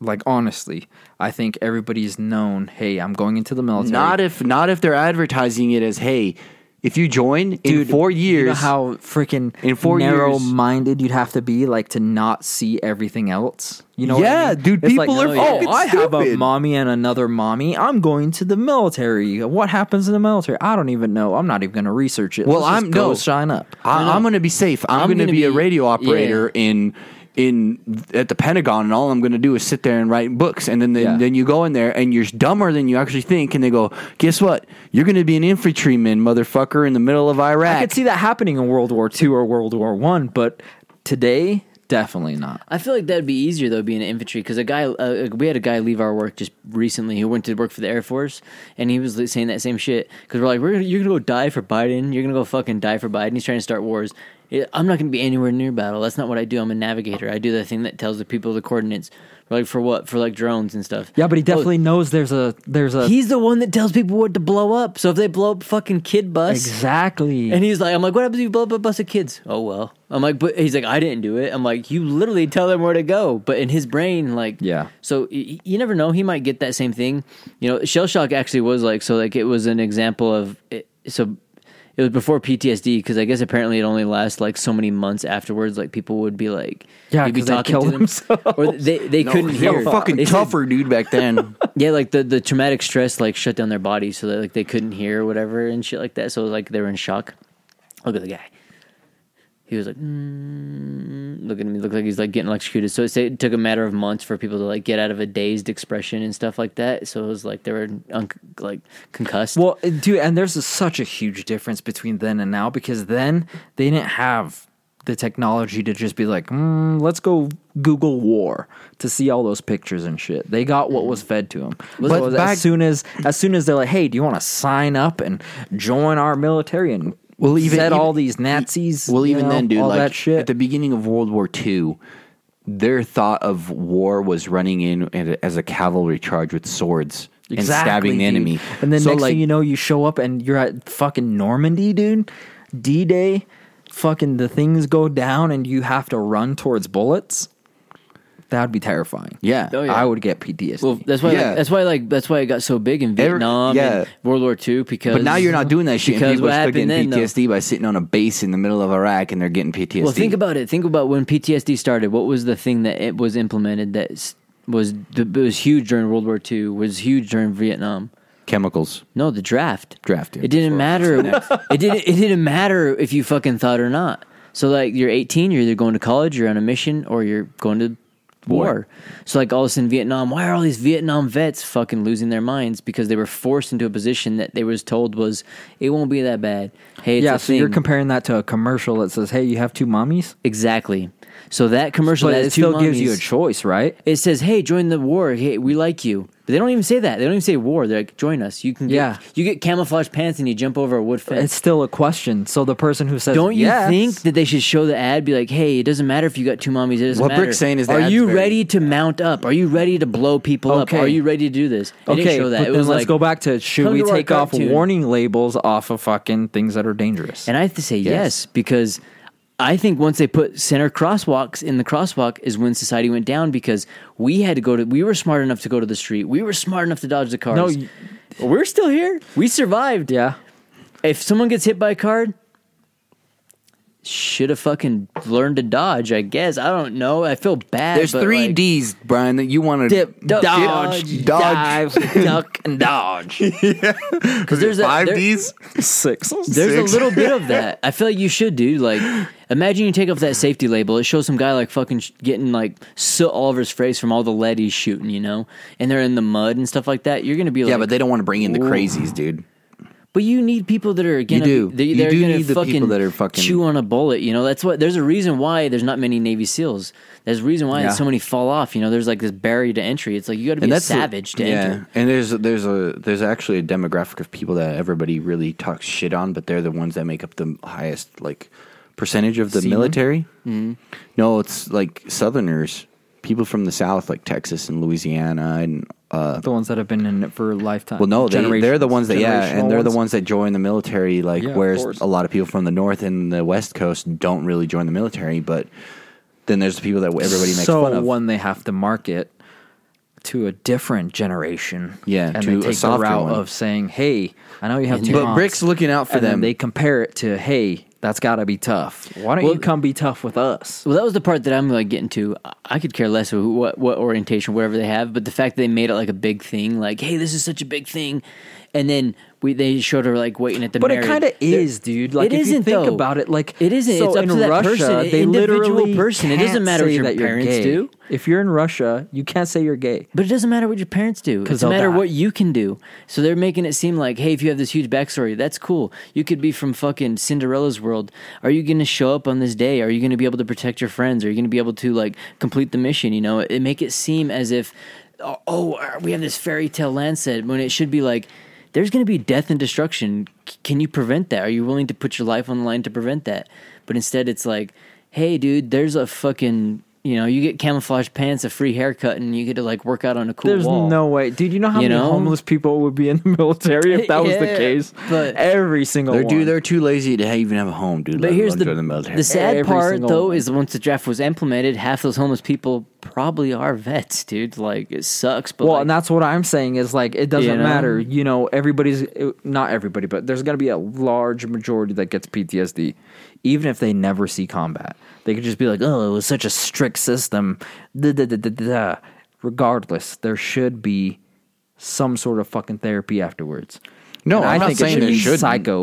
E: Like honestly, I think everybody's known. Hey, I'm going into the military.
G: not if not if they're advertising it as, "Hey, if you join in
E: Dude,
G: four
E: You know
G: years,
E: how freaking
G: In four years-
E: narrow-minded you'd have to be like to not see everything else. You know? what I
G: Yeah,
E: mean?
G: dude,
E: It's like,
G: people are
E: oh,
G: fucking
E: I have a
G: stupid."
E: mommy and another mommy. I'm going to the military. What happens in the military? I don't even know. I'm not even going to research it.
G: Well,
E: Let's just
G: I'm-
E: go
G: no.
E: sign up.
G: I, I'm going to be safe. I'm,
F: I'm
G: going to
F: gonna
G: be, a
F: be-
G: radio
F: yeah.
G: operator in in at the Pentagon, and all I'm going to do is sit there and write books. And then then
E: Yeah.
G: then you go in there, and you're dumber than you actually think. And they go, guess what? You're going to be an infantryman, motherfucker, in the middle of Iraq.
E: I could see that happening in World War II or World War One, but today, definitely not.
F: I feel like that'd be easier though, being an infantry, because a guy uh, we had a guy leave our work just recently who went to work for the Air Force, and he was li- saying that same shit. Because we're like, we're gonna, you're gonna go die for Biden, you're gonna go fucking die for Biden. He's trying to start wars, and it, I'm not going to be anywhere near battle. That's not what I do. I'm a navigator. I do the thing that tells the people the coordinates, like for what, for like drones and stuff.
E: Yeah, but he
F: Oh,
E: definitely uh, knows there's a there's a
F: he's the one that tells people what to blow up. So if they blow up fucking kid bus,
E: exactly.
F: and he's like, I'm like, what happens if you blow up a bus of kids? Oh well. I'm like, but he's like, I didn't do it. I'm like, you literally tell them where to go. But in his brain, like,
E: Yeah.
F: So y- you never know. He might get that same thing. You know, shell shock actually was like so. Like it was an example of it, so. It was before PTSD because I guess apparently it only lasts like so many months afterwards. Like people would be like,
E: Yeah,
F: you'd be
E: 'cause they
F: talking
E: kill
F: to them,
E: themselves.
F: or they they couldn't
G: they
F: hear.
G: were fucking
F: They said-
G: tougher, dude, back then.
F: yeah, like the, the traumatic stress like shut down their body so that like they couldn't hear or whatever and shit like that. So like they were in shock. Look at the guy. He was like, mm, look at me, look like he's like getting electrocuted. So it's, it took a matter of months for people to like get out of a dazed expression and stuff like that. So it was like they were un- like concussed.
E: Well, uh, dude, and there's a, such a huge difference between then and now because then they didn't have the technology to just be like, mm, let's go Google war to see all those pictures and shit. They got what was fed to them.
C: But
E: But
C: back-
E: as soon as as soon as they're like, hey, do you want to sign up and join our military and
G: Well, even-
E: set
G: even- e
E: all these Nazis?
G: [laughs] Well,
E: you
G: even
E: know,
G: then, dude,
E: all
G: like
E: that shit.
G: at the beginning of World War II, their thought of war was running in and- as a cavalry charge with swords and stabbing the
E: dude.
G: enemy.
E: And then
G: so,
E: next
G: like,
E: thing you know, you show up and you're at fucking Normandy, dude. D Day, fucking the things go down and you have to run towards bullets. That would be terrifying.
G: Yeah. Oh,
F: yeah.
E: I would get PTSD.
F: Well, that's why.
G: Yeah.
F: Like, that's why. Like that's why it got so big in
G: Every-
F: Vietnam
G: yeah.
F: and World War II. Because
G: but now you're not doing that shit. and
F: because
G: people
F: what
G: are still
F: happened
G: getting
F: then? though-
G: PTSD by sitting on a base in the middle of Iraq and they're getting PTSD.
F: Well, think about it. Think about when PTSD started. What was the thing that it was implemented that s- was that was huge during World War II? Was huge during Vietnam?
G: chemicals.
F: No, the draft.
G: Draft, dude.
F: It didn't
E: [laughs]
F: matter. [laughs] it didn't. It didn't matter if you fucking thought or not. So like, you're 18. You're either going to college, you're on a mission, or you're going to war. So like, all of a sudden, Vietnam. Why are all these Vietnam vets fucking losing their minds because they were forced into a position that they was told was it won't be that bad. Hey, it's
E: yeah,
F: a
E: so you're
F: thing.
E: comparing that to a commercial that says, "Hey, you have two mummies,"
F: exactly. So that commercial
E: but
F: that
E: it
F: has two
E: still gives you a
F: mummies-
E: choice, right?
F: it says, "Hey, join the war. Hey, we like you." But they don't even say that. They don't even say war. They're like, "Join us. You can get,
E: Yeah.
F: you get camouflage pants and you jump over a wood fence."
E: It's still a question. So the person who says,
F: don't you
E: yes-
F: think that they should show the ad? Be like, "Hey, it doesn't matter if you got two mommies. It doesn't
G: What
F: matter."
G: Brick's saying is the
F: "Are
G: ad's
F: you
G: very-
F: ready to mount up? Are you ready to blow people
E: Okay.
F: up? Are you ready to do this?" It
E: Okay,
F: didn't show that.
E: but
F: it
E: then
F: was
E: let's
F: like,
E: go back to should
F: "Come
E: we
F: to our
E: take off
F: cartoon."
E: warning labels off of fucking things that are dangerous?
F: And I have to say yes, because I think once they put center crosswalks in the crosswalk is when society went down because we had to go to we were smart enough to go to the street. We were smart enough to dodge the cars.
E: No, you-
F: we're still here. We survived.
E: yeah,
F: If someone gets hit by a car, should have fucking learned to dodge, I guess. I don't know. I feel bad.
G: There's
F: but,
G: three
F: like,
G: D's, Brian, that you want to
E: dip,
F: Duck,
E: dodge,
G: dodge,
E: dive, duck, and
G: [laughs]
E: dodge.
G: Because
F: there's a- five there- Ds?
E: Six.
F: There's a little bit
G: [laughs]
F: of that. I feel like you should, dude. Like, imagine you take off that safety label. It shows some guy like fucking sh- getting like soot all over his face from all the lead he's shooting, you know, and they're in the mud and stuff like that. You're gonna be like,
G: Yeah, but they don't want to bring in the crazies, dude.
F: But you need people that are gonna
G: do.
F: They,
G: You
F: they're
G: do
F: gonna
G: need the people
F: fucking
G: that are fucking-
F: chew on a bullet. You know that's what. There's a reason why there's not many Navy SEALs. There's a reason why
E: Yeah.
F: so many fall off. You know there's like this barrier to entry. It's like you got to be a savage
G: the-
F: to
G: yeah.
F: enter.
G: And there's there's a there's actually a demographic of people that everybody really talks shit on, but they're the ones that make up the highest like percentage of the military.
F: Mm-hmm.
G: No, it's like Southerners, people from the South, like Texas and Louisiana, and uh,
E: The ones that have been in it for a lifetime.
G: well, no, they, they're the
E: Generations.
G: ones that yeah,
E: Generational
G: and they're the ones that join the military. Like,
E: Yeah, of course.
G: whereas a lot of people from the North and the West Coast don't really join the military, but then there's the people that everybody makes
E: so
G: fun of.
E: one they have to market to a different generation.
G: Yeah,
E: and
G: to
E: they
G: a
E: take the
G: softer
E: route
G: one.
E: of saying, "Hey, I know you have two
G: But
E: moms,"
G: Brick's looking out for
E: and then
G: them.
E: they compare it to, "Hey, that's got to be tough. Why don't
F: Well-
E: you come be tough with us?"
F: Well, that was the part that I'm like getting to. I- I could care less who, what what orientation, whatever they have, but the fact that they made it like a big thing, like, hey, this is such a big thing, and then we they showed her like waiting at the.
E: But it
F: marriage.
E: kind of
F: They're-
E: is, dude. Like if you
F: isn't,
E: think
F: though.
E: about it, like
F: it isn't.
E: So
F: it's up
E: in
F: to that
E: Russia,
F: person, an
E: they
F: individual
E: literally
F: person. It doesn't
E: can't
F: matter what
E: say
F: your
E: that you're
F: parents
E: gay.
F: do.
E: If you're in Russia, you can't say you're gay.
F: But it doesn't matter what your parents do. It
E: 'Cause
F: doesn't
E: they'll
F: matter
E: die.
F: what you can do. So they're making it seem like, hey, if you have this huge backstory, that's cool. You could be from fucking Cinderella's world. Are you going to show up on this day? Are you going to be able to protect your friends? Are you going to be able to like complete the mission? You know, it make it seem as if, oh, oh, we have this fairy tale land set when it should be like. There's going to be death and destruction. C- Can you prevent that? Are you willing to put your life on the line to prevent that? But instead, it's like, hey, dude, there's a fucking you know, you get camouflage pants, a free haircut, and you get to like work out on a cool
E: There's
F: wall.
E: no way, dude. You know how
F: You
E: many
F: know?
E: homeless people would be in the [laughs] military if that was the
F: Yeah,
E: case.
F: but-
E: every single
G: They're,
E: one.
G: dude, they're too lazy to ha- even have a home, dude.
F: But
G: let
F: here's
G: alone
F: the
G: join military.
F: the sad
E: Every
F: part
E: single
F: though
E: one.
F: is once the draft was implemented, half those homeless people probably are vets, dude. Like it sucks, but
E: well,
F: like,
E: and that's what I'm saying is like it doesn't
F: You know?
E: matter. You know, everybody's it- not everybody, but there's gonna be a large majority that gets PTSD, even if they never see combat. They could just be like, "Oh, it was such a strict system." Da, da, da, da, da. Regardless, there should be some sort of fucking therapy afterwards.
G: No,
E: And
G: I'm not saying there shouldn't.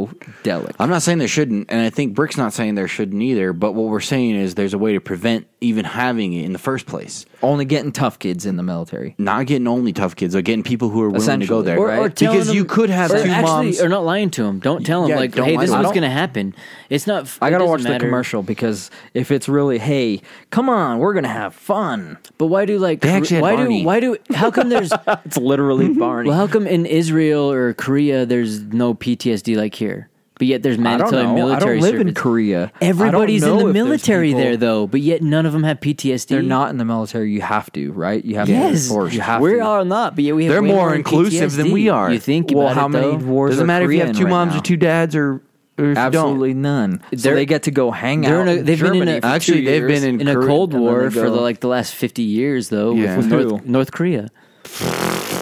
E: psychedelic.
G: I'm not saying there shouldn't, and I think Brick's not saying there shouldn't either. But what we're saying is there's a way to prevent even having it in the first place.
E: Only getting tough kids in the military.
G: Not getting only tough kids, but getting people who are willing to go
E: Essentially.
G: there.
E: Or- or
F: telling
G: because you
F: them-
G: could have
F: or
G: two
F: actually,
G: moms.
F: or not lying to them. Don't tell them
G: Yeah,
F: like,
G: don't
F: hey,
G: lie
F: this
G: to
F: is
G: 'em.
F: what's gonna happen. It's not. f-
E: I
F: it
E: gotta
F: doesn't
E: watch the
F: matter.
E: commercial because if it's really, hey, come on, we're gonna have fun.
F: But why do like?
G: They actually had
F: why
G: Barney.
F: do why do? How come
E: [laughs]
F: there's? [laughs]
E: It's literally Barney.
F: well, how come in Israel or Korea there's no PTSD like here? But yet there's
E: I don't
F: mandatory
E: know.
F: military.
E: I don't live in
F: service.
E: Korea.
F: Everybody's
E: I
F: in
E: don't know
F: the
E: if there's
F: military
E: people-
F: there though, but yet none of them have PTSD.
E: They're not in the military. You have to, right? You have to.
F: Yes,
E: Force. You have
F: we
E: to.
F: are not. But yet we have
G: They're
F: way
G: more
F: more
G: inclusive than
F: PTSD.
G: we are.
F: You think
E: Well,
F: about
E: how
F: it,
E: many
F: though?
E: wars
G: doesn't
E: are
G: matter if you have
E: Korean
G: two
E: right
G: moms
E: now?
G: or two dads or, or if
E: Absolutely
G: You don't.
E: none. So
F: They're-
E: they get to go hang
F: They're in
E: out.
F: a,
E: in
F: they've been in
E: Germany
F: a,
E: for
G: Actually,
E: two
G: they've been
E: years.
G: in
F: in a
G: Korea,
F: Cold
E: and then
F: War
E: they
F: for the,
E: go-
F: like the last fifty years though
G: Yeah.
F: with
E: With
F: North,
E: who?
F: North Korea.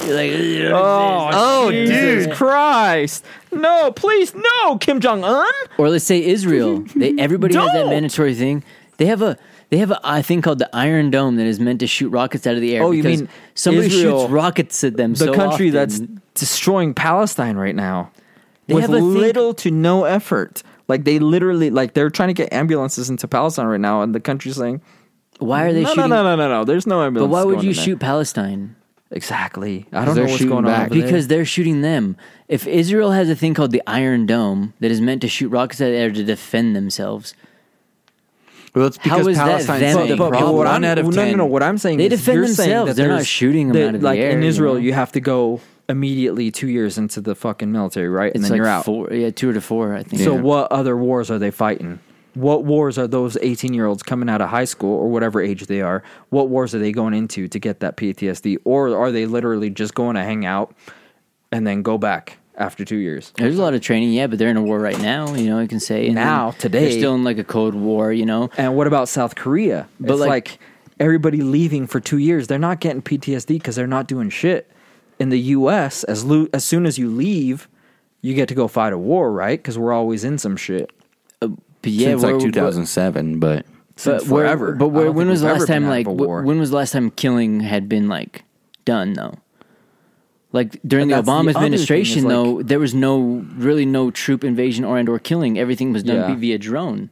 F: like,
E: Oh, dude, Christ! No, please, no, Kim Jong Un.
F: or let's say
E: [laughs]
F: Israel. They everybody has that
E: Don't!
F: mandatory thing. They have a they have a I thing called the Iron Dome that is meant to shoot rockets out of the air.
E: Oh, you
F: because
E: mean
F: somebody
E: Israel,
F: shoots rockets at them?
E: The
F: so
E: country
F: often.
E: that's destroying Palestine right now
F: They
E: with
F: have a thing-
E: little to no effort. Like they literally, like they're trying to get ambulances into Palestine right now, and the country's saying,
F: why are they
E: no, no,
F: shooting?
E: no, no, no, no. There's no
F: But
E: ambulance.
F: why would you shoot Palestine?
E: Exactly. I don't know
G: they're
E: what's
G: shooting
E: going
G: back.
E: on over
F: Because they're shooting them. If Israel has a thing called the Iron Dome that is meant to shoot rockets out of the air to defend themselves,
G: Well, it's
F: How
G: because
F: is that
G: Palestine's
F: them?
E: there.
F: But-
G: saying
F: but
G: problem.
E: what
G: one
E: I'm,
G: out of
E: no,
G: ten.
E: no, no. What I'm saying
F: They
E: is
F: defend
E: you're saying
F: themselves.
E: that
F: They're not
E: there's-
F: shooting 'em
E: that,
F: out of the
E: like
F: air,
E: in
F: you
E: Israel,
F: know?
E: you have to go immediately two years into the fucking military, right? And
F: it's like
E: then you're out.
F: four, yeah, two to four, I think.
E: So what other wars are they fighting? What wars are those 18 year olds coming out of high school or whatever age they are? What wars are they going into to get that PTSD? Or are they literally just going to hang out and then go back after two years?
F: There's a lot of training, yeah, but they're in a war right now. You know, you can say and then
E: Now, today.
F: they're still in like a cold war. You know,
E: And what about South Korea?
F: But,
E: it's
F: like-
E: like, everybody leaving for two years, they're not getting PTSD because they're not doing shit. In the U.S., as lo- as soon as you leave, you get to go fight a war, right? Because we're always in some shit.
F: but Uh, yeah,
G: Since like
F: we're-
G: 2007 but
E: Since
F: where-
E: forever.
F: But
E: I
F: where,
E: don't
F: when
E: think
F: was the
E: we've
F: last
E: ever been
F: time
E: out of
F: like
E: a
F: wh-
E: war.
F: when was the last time killing had been like done though? Like during the
E: But that's the
F: Obama
E: other thing
F: administration
E: is, like-
F: though, there was no really no troop invasion or and or killing. Everything was done
E: Yeah.
F: via drone.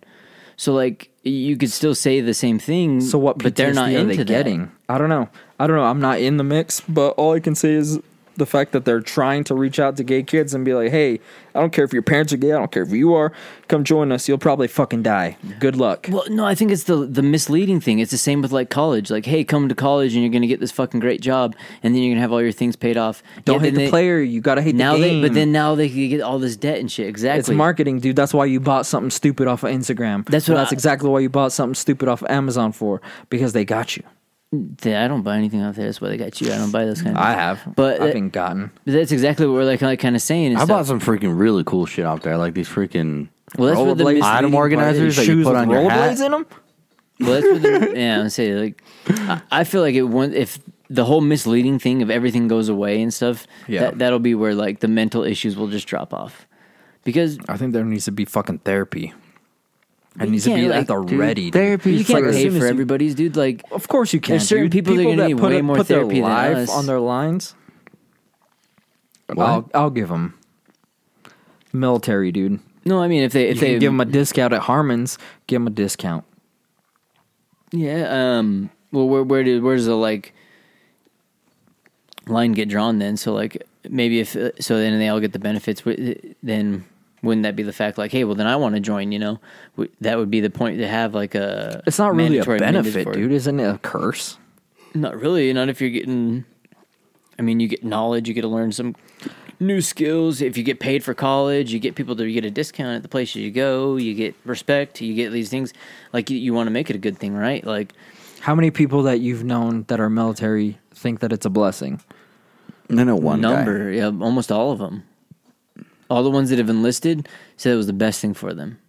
F: So like you could still say the same thing.
E: So what? PTSD
F: But they're not
E: are
F: into
E: they
F: that.
E: getting. I don't know. I don't know. I'm not in the mix, but all I can say is the fact that they're trying to reach out to gay kids and be like, "Hey, I don't care if your parents are gay. I don't care if you are. Come join us. You'll probably fucking die. Good luck."
F: Well, no, I think it's the the misleading thing. It's the same with like college. Like, hey, come to college and you're going to get this fucking great job, and then you're going to have all your things paid off.
E: Don't
F: Yet
E: hate
F: then
E: the
F: they-
E: player. You gotta hate
F: Now
E: the
F: they,
E: game.
F: but then now they could get all this debt and shit. Exactly.
E: It's marketing, dude. That's why you bought something stupid off of Instagram.
F: That's what
E: that's
F: I-
E: exactly why you bought something stupid off of Amazon for because they got you.
F: Yeah, I don't buy anything out there. That's why they got you. I don't buy those kind of.
E: I
F: things.
E: have,
F: but
E: I've
F: that-
E: been gotten.
F: But that's exactly what we're like, like kind of saying. And
G: I
F: stuff.
G: bought some freaking really cool shit out there, like these freaking
F: Well, that's where the
E: rollerblades.
F: misleading
G: item
F: part
G: organizers
F: is.
G: that you
E: Shoes
G: put
E: with
G: on your hat.
E: rollerblades in them.
F: Well, that's where
E: [laughs]
F: the, yeah. I'm saying like, I, I feel like it. One, if the whole misleading thing of everything goes away and stuff,
E: Yeah.
F: that that'll be where like the mental issues will just drop off. Because
E: I think there needs to be fucking therapy. It
F: you
E: needs to be
F: can't, like,
E: at the
F: dude,
E: ready. dude.
G: therapy
F: you
G: It's
F: can't
G: like as
F: pay
E: soon as
F: for
E: you-
F: everybody's dude. Like,
E: Of course you can.
F: There's certain
E: dude.
F: people that are gonna need
E: put,
F: way more
E: put
F: therapy
E: their
F: than
E: life
F: us.
E: on their lines.
G: What?
E: I'll I'll give them military, dude.
F: no, I mean if they if
E: If
F: they
E: they give them a discount at Harmon's, give them a discount.
F: Yeah. Um. Well, where where did where does the like line get drawn then? So like maybe if uh, so then they all get the benefits. wi- Then wouldn't that be the fact? Like, hey, well then I want to join. You know, W- that would be the point to have like a.
E: It's not really a
F: mandatory
E: benefit,
F: mandatory-
E: dude. Isn't it a curse?
F: Not really. Not if you're getting. I mean, you get knowledge. You get to learn some new skills. If you get paid for college, you get people to you get a discount at the places you go. You get respect. You get these things. Like you, you want to make it a good thing, right? Like
E: How many people that you've known that are military think that it's a blessing?
G: No, no, one guy.
F: number, yeah, almost all of them. All the ones that have enlisted said it was the best thing for them.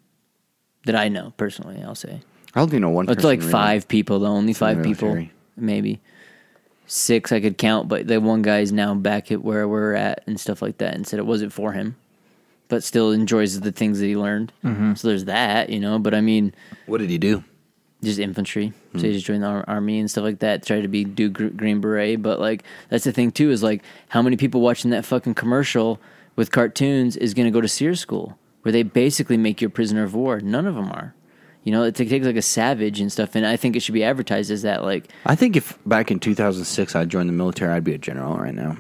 F: That I know personally, I'll say.
G: I only know one.
F: It's
G: person,
F: like
G: really.
F: five people, though. Only five people,
G: military.
F: maybe six I could count. But the one guy's now back at where we're at and stuff like that, and said it wasn't for him, but still enjoys the things that he learned. So there's that, you know. But I mean,
G: What did he do?
F: just infantry. So he just joined the ar- army and stuff like that. Tried to be do gr- Green Beret, but like that's the thing too is like how many people watching that fucking commercial with cartoons is going to go to Sears School where they basically make you a prisoner of war. None of them are. You know, it t- takes like a savage and stuff, and I think it should be advertised as that. Like,
G: I think if back in 2006 I joined the military, I'd be a general right now.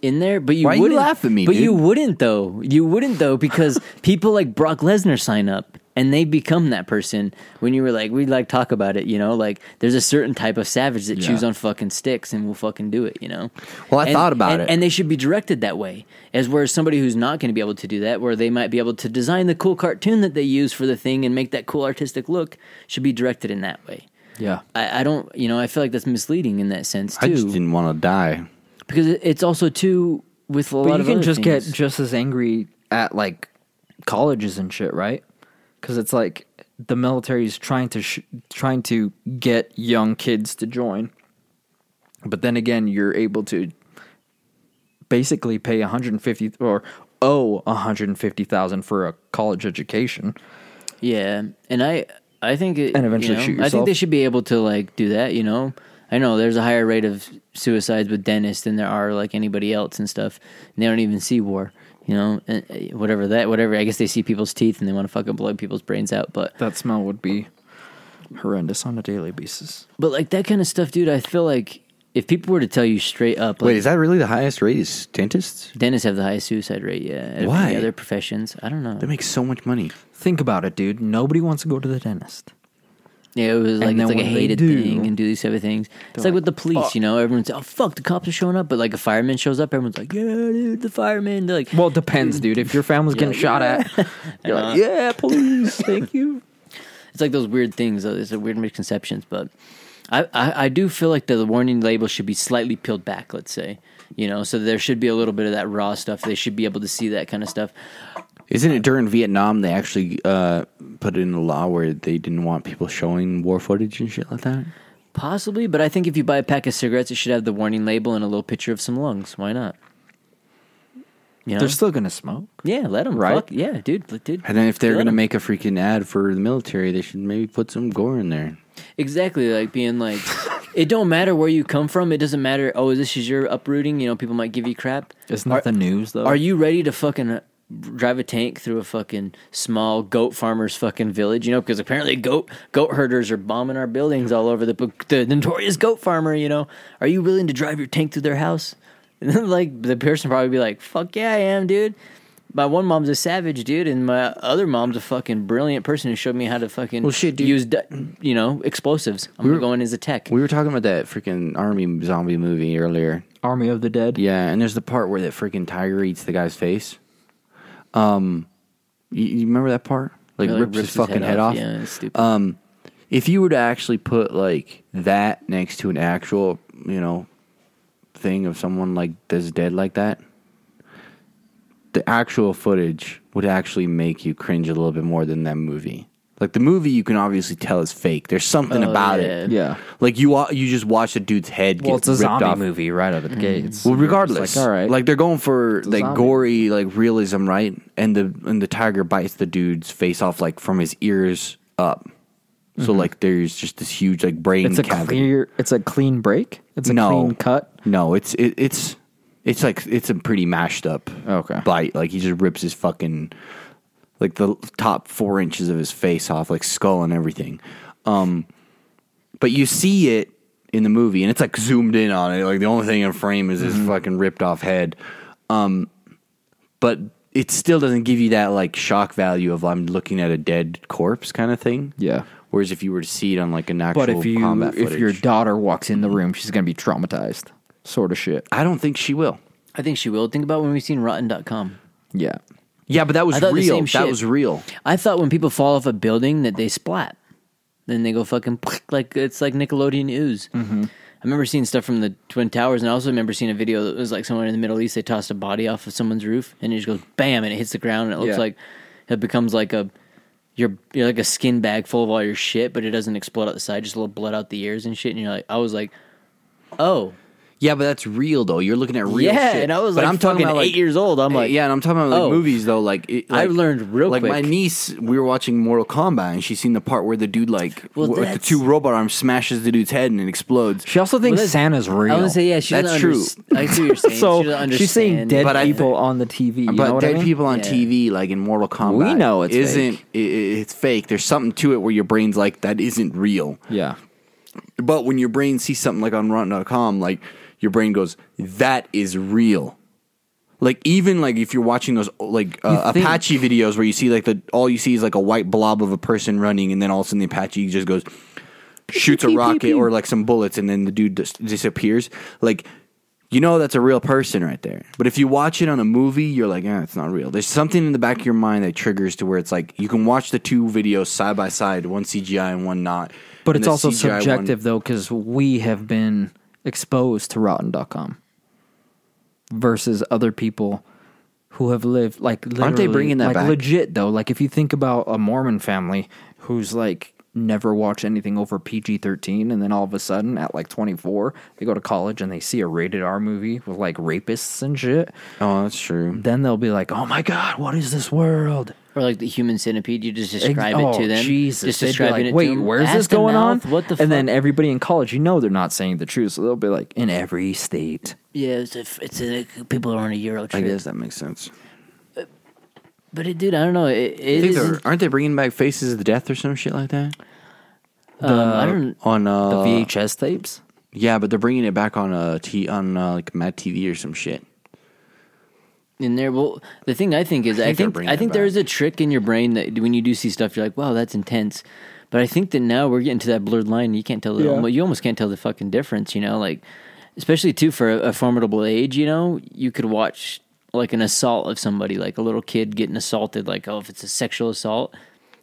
F: in there, but you
G: Why you
F: wouldn't
G: laugh at me,
F: But
G: dude?
F: you wouldn't though. You wouldn't though
G: [laughs]
F: because people like Brock Lesnar sign up and they become that person. When you were like, we like talk about it, you know, like there's a certain type of savage that chews on fucking sticks and will fucking do it, you know.
G: Well, I
F: And-
G: thought about
F: and-
G: it.
F: and they should be directed that way. As whereas somebody who's not going to be able to do that, where they might be able to design the cool cartoon that they use for the thing and make that cool artistic look, should be directed in that way.
E: Yeah.
F: I, I don't, you know, I feel like that's misleading in that sense
G: I just
F: too,
G: didn't want to die.
F: because it- it's also too with a lot
E: But you
F: of
E: can
F: other
E: just
F: things.
E: get just as angry at like colleges and shit, right? Because it's like the military is trying to sh- trying to get young kids to join, but then again, you're able to basically pay 150 or owe 150 thousand for a college education.
F: Yeah, and I I think it,
E: And eventually
F: you know,
E: shoot
F: I think
E: yourself.
F: they should be able to like do that. You know, I know there's a higher rate of suicides with dentists than there are like anybody else and stuff. And they don't even see war. You know, and, uh, whatever that whatever. I guess they see people's teeth and they want to fucking blow people's brains out. But
E: That smell would be horrendous on a daily basis.
F: but like that kind of stuff, dude. I feel like if people were to tell you straight up, like,
G: Wait, is that really the highest rate? Is dentists?
F: dentists have the highest suicide rate? Yeah, out of
G: Why?
F: any other professions? I don't know.
G: They make so much money.
E: Think about it, dude. Nobody wants to go to the dentist.
F: Yeah, it was like
E: then
F: it's like a
E: when they
F: hated
E: do-
F: thing and do these type of things. It's like, with the police, you know, everyone's oh fuck, the cops are showing up, but like a fireman shows up, everyone's like, yeah, dude, the fireman. They're like,
E: Well, it depends, dude. If your family's getting shot at, uh, you're [laughs] like, yeah,
F: [laughs]
E: please, thank you.
F: it's like those weird things. though. It's a weird misconceptions, but I, I I do feel like the warning label should be slightly peeled back. Let's say, you know, so there should be a little bit of that raw stuff. They should be able to see that kind of stuff.
G: Isn't it during Vietnam they actually uh, put in a law where they didn't want people showing war footage and shit like that?
F: Possibly, but I think if you buy a pack of cigarettes, it should have the warning label and a little picture of some lungs. Why not? You know,
E: They're still gonna smoke.
F: yeah, let them
E: Right?
F: Fuck. Yeah, dude, dude.
G: And then if they're
F: Let
G: going to
F: 'em.
G: make a freaking ad for the military, they should maybe put some gore in there.
F: Exactly, like being
G: [laughs]
F: like, it don't matter where you come from. It doesn't matter. Oh, this is your uprooting. You know, people might give you crap.
E: It's not the news though.
F: Are you ready to fucking uh, drive a tank through a fucking small goat farmer's fucking village? You know, because apparently goat goat herders are bombing our buildings all over the the notorious goat farmer. You know, are you willing to drive your tank through their house? [laughs] And then like the person probably be like, "Fuck yeah, I am, dude." My one mom's a savage, dude, and my other mom's a fucking brilliant person who showed me how to fucking
G: Well, shit, dude.
F: use, di- you know, explosives. I'm
G: were-
F: gonna go in as a tech.
G: We were talking about that freaking army zombie movie earlier.
E: Army of the Dead?
G: Yeah, and there's the part where that freaking tiger eats the guy's face. Um, you, you remember that part? Like,
F: Really
G: rips, his, fucking head off.
F: Yeah, it's stupid.
G: Um, if you were to actually put like that next to an actual, you know, thing of someone like that's dead like that, the actual footage would actually make you cringe a little bit more than that movie. Like the movie, you can obviously tell is fake. There's something
F: Oh,
G: about it.
F: yeah.
E: Yeah.
G: Like you, wa- you just watch a dude's head.
E: Well, it's
G: get
E: a
G: ripped
E: zombie
G: off.
E: movie right out of the gates.
G: Well,
E: You're just
G: regardless,
E: like, all right,
G: like they're going for
E: a
G: like
E: zombie.
G: gory, like realism, right? And the and the tiger bites the dude's face off, like from his ears up. So like there's just this huge like brain
E: Mm-hmm. it's a
G: cavity.
E: clear, it's a clean break. It's a
G: no
E: clean cut.
G: No, it's it, it's it's like it's a pretty mashed up
E: Okay.
G: bite. Like he just rips his fucking like the top four inches of his face off, like skull and everything. Um, but you see it in the movie, and it's like zoomed in on it. Like the only thing in frame is
E: Mm-hmm.
G: his fucking ripped off head. Um, but it still doesn't give you that like shock value of I'm looking at a dead corpse kind of thing.
E: Yeah.
G: Whereas if you were to see it on like an actual
E: But if you
G: combat
E: if your
G: footage-
E: daughter walks in the room, she's gonna be traumatized. Sort of shit.
G: I don't think she will.
F: I think she will. Think about when we've seen Rotten.com.
E: Yeah.
G: Yeah, but that
F: I
G: was
F: thought the
G: real.
F: same
G: That
F: shit.
G: was real.
F: I thought when people fall off a building that they splat, then they go fucking [laughs] like it's like Nickelodeon ooze. Mm-hmm. I remember seeing stuff from the Twin Towers, and I also remember seeing a video that was like someone in the Middle East they tossed a body off of someone's roof, and it just goes bam, and it hits the ground, and it looks
E: Yeah.
F: like it becomes like a you're you're like a skin bag full of all your shit, but it doesn't explode out the side, just a little blood out the ears and shit, and you're like, I was like, oh
G: Yeah, but that's real though. You're looking at real
F: yeah,
G: shit.
F: and I was
G: but
F: like,
G: I'm talking about
F: eight
G: like,
F: years old. I'm like,
G: yeah, and I'm talking about like
F: oh.
G: movies though. Like, it,
F: I
G: like
F: learned real
G: Like my
F: quick.
G: niece, we were watching Mortal Kombat, and she seen the part where the dude like
F: Well,
G: w- with the
F: that's-
G: two robot arms smashes the dude's head and it explodes.
E: She also thinks
F: that's-
E: Santa's real.
F: I would say yeah, she
G: That's
F: doesn't
G: true.
F: underst- I see
G: [laughs]
F: what you're saying. she
E: [laughs] so
F: doesn't
E: she's seeing
F: understand.
E: dead
G: But I
E: people on the TV. You know
G: but
E: what
G: dead
E: I mean?
G: people on
F: Yeah.
G: TV, like in Mortal Kombat,
E: know it's
G: isn't
E: fake.
G: i- i- it's fake. There's something to it where your brain's like that isn't real.
E: Yeah.
G: But when your brain sees something like on Rotten.com, like your brain goes, "That is real." Like even like if you're watching those like uh,
E: You think-
G: Apache videos where you see like the all you see is like a white blob of a person running, and then all of a sudden the Apache just goes shoots a rocket or like some bullets, and then the dude dis- disappears. Like you know that's a real person right there. But if you watch it on a movie, you're like, eh, it's not real. There's something in the back of your mind that triggers to where it's like you can watch the two videos side by side, one CGI and one not.
E: But
G: and
E: it's
G: the
E: also
G: CGI one-
E: subjective though, because we have been exposed to Rotten.com versus other people who have lived like literally,
G: Aren't they bringing that
E: like
G: back?
E: legit though? Like if you think about a Mormon family who's like never watch anything over PG thirteen, and then all of a sudden at like twenty four they go to college and they see a rated R movie with like rapists and shit,
G: Oh, that's true.
E: then they'll be like, "Oh my god, what is this world?"
F: Or like the human centipede, you just
E: Ex-
F: describe it
E: oh,
F: to them.
E: Jesus,
F: just
E: They'd be
F: describing
E: like,
F: it.
E: Wait,
F: to them.
E: where's
F: Ass
E: this
F: to
E: going
F: mouth,
E: on?
F: What the?
E: and then
F: fuck?
E: everybody in college, you know, they're not saying the truth, so they'll be like, in every state.
F: yeah, it's, a, it's a, people are on a Euro
G: I
F: trip.
G: guess that makes sense.
F: But it, dude, I don't know. It, it
G: Think they're-
F: isn't-
G: aren't they bringing back Faces of the Death or some shit like that
F: um, I don't.
G: on uh,
E: The VHS tapes.
G: Yeah, but they're bringing it back on uh, t on uh, like Mad TV or some shit.
F: in there. Well, the thing I think is, I
G: think they're
F: think I think,
G: bringing it
F: there
G: back.
F: is a trick in your brain that when you do see stuff, you're like, wow, that's intense. But I think that now we're getting to that blurred line. and You can't tell the almo- you almost can't tell the fucking difference. You know, like especially too for a, a formidable age. You know, you could watch like an assault of somebody, like a little kid getting assaulted. Like, oh, if it's a sexual assault.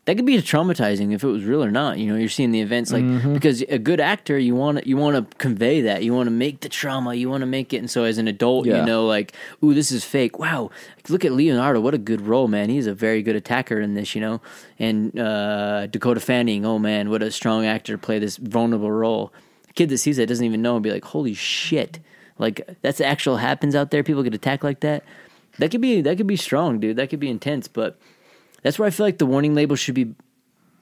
F: That could be traumatizing if it was real or not. You know, you're seeing the events like because a good actor, you want you want to convey that, you want to make the trauma, you want to make it. And so, as an adult,
E: Yeah.
F: you know, like, ooh, this is fake. Wow, look at Leonardo. What a good role, man. He's a very good attacker in this, you know. And uh, Dakota Fanning. Oh man, what a strong actor to play this vulnerable role. A kid that sees that doesn't even know and be like, holy shit, like that's actual happens out there. People get attacked like that. That could be that could be strong, dude. That could be intense, but that's where I feel like the warning label should be.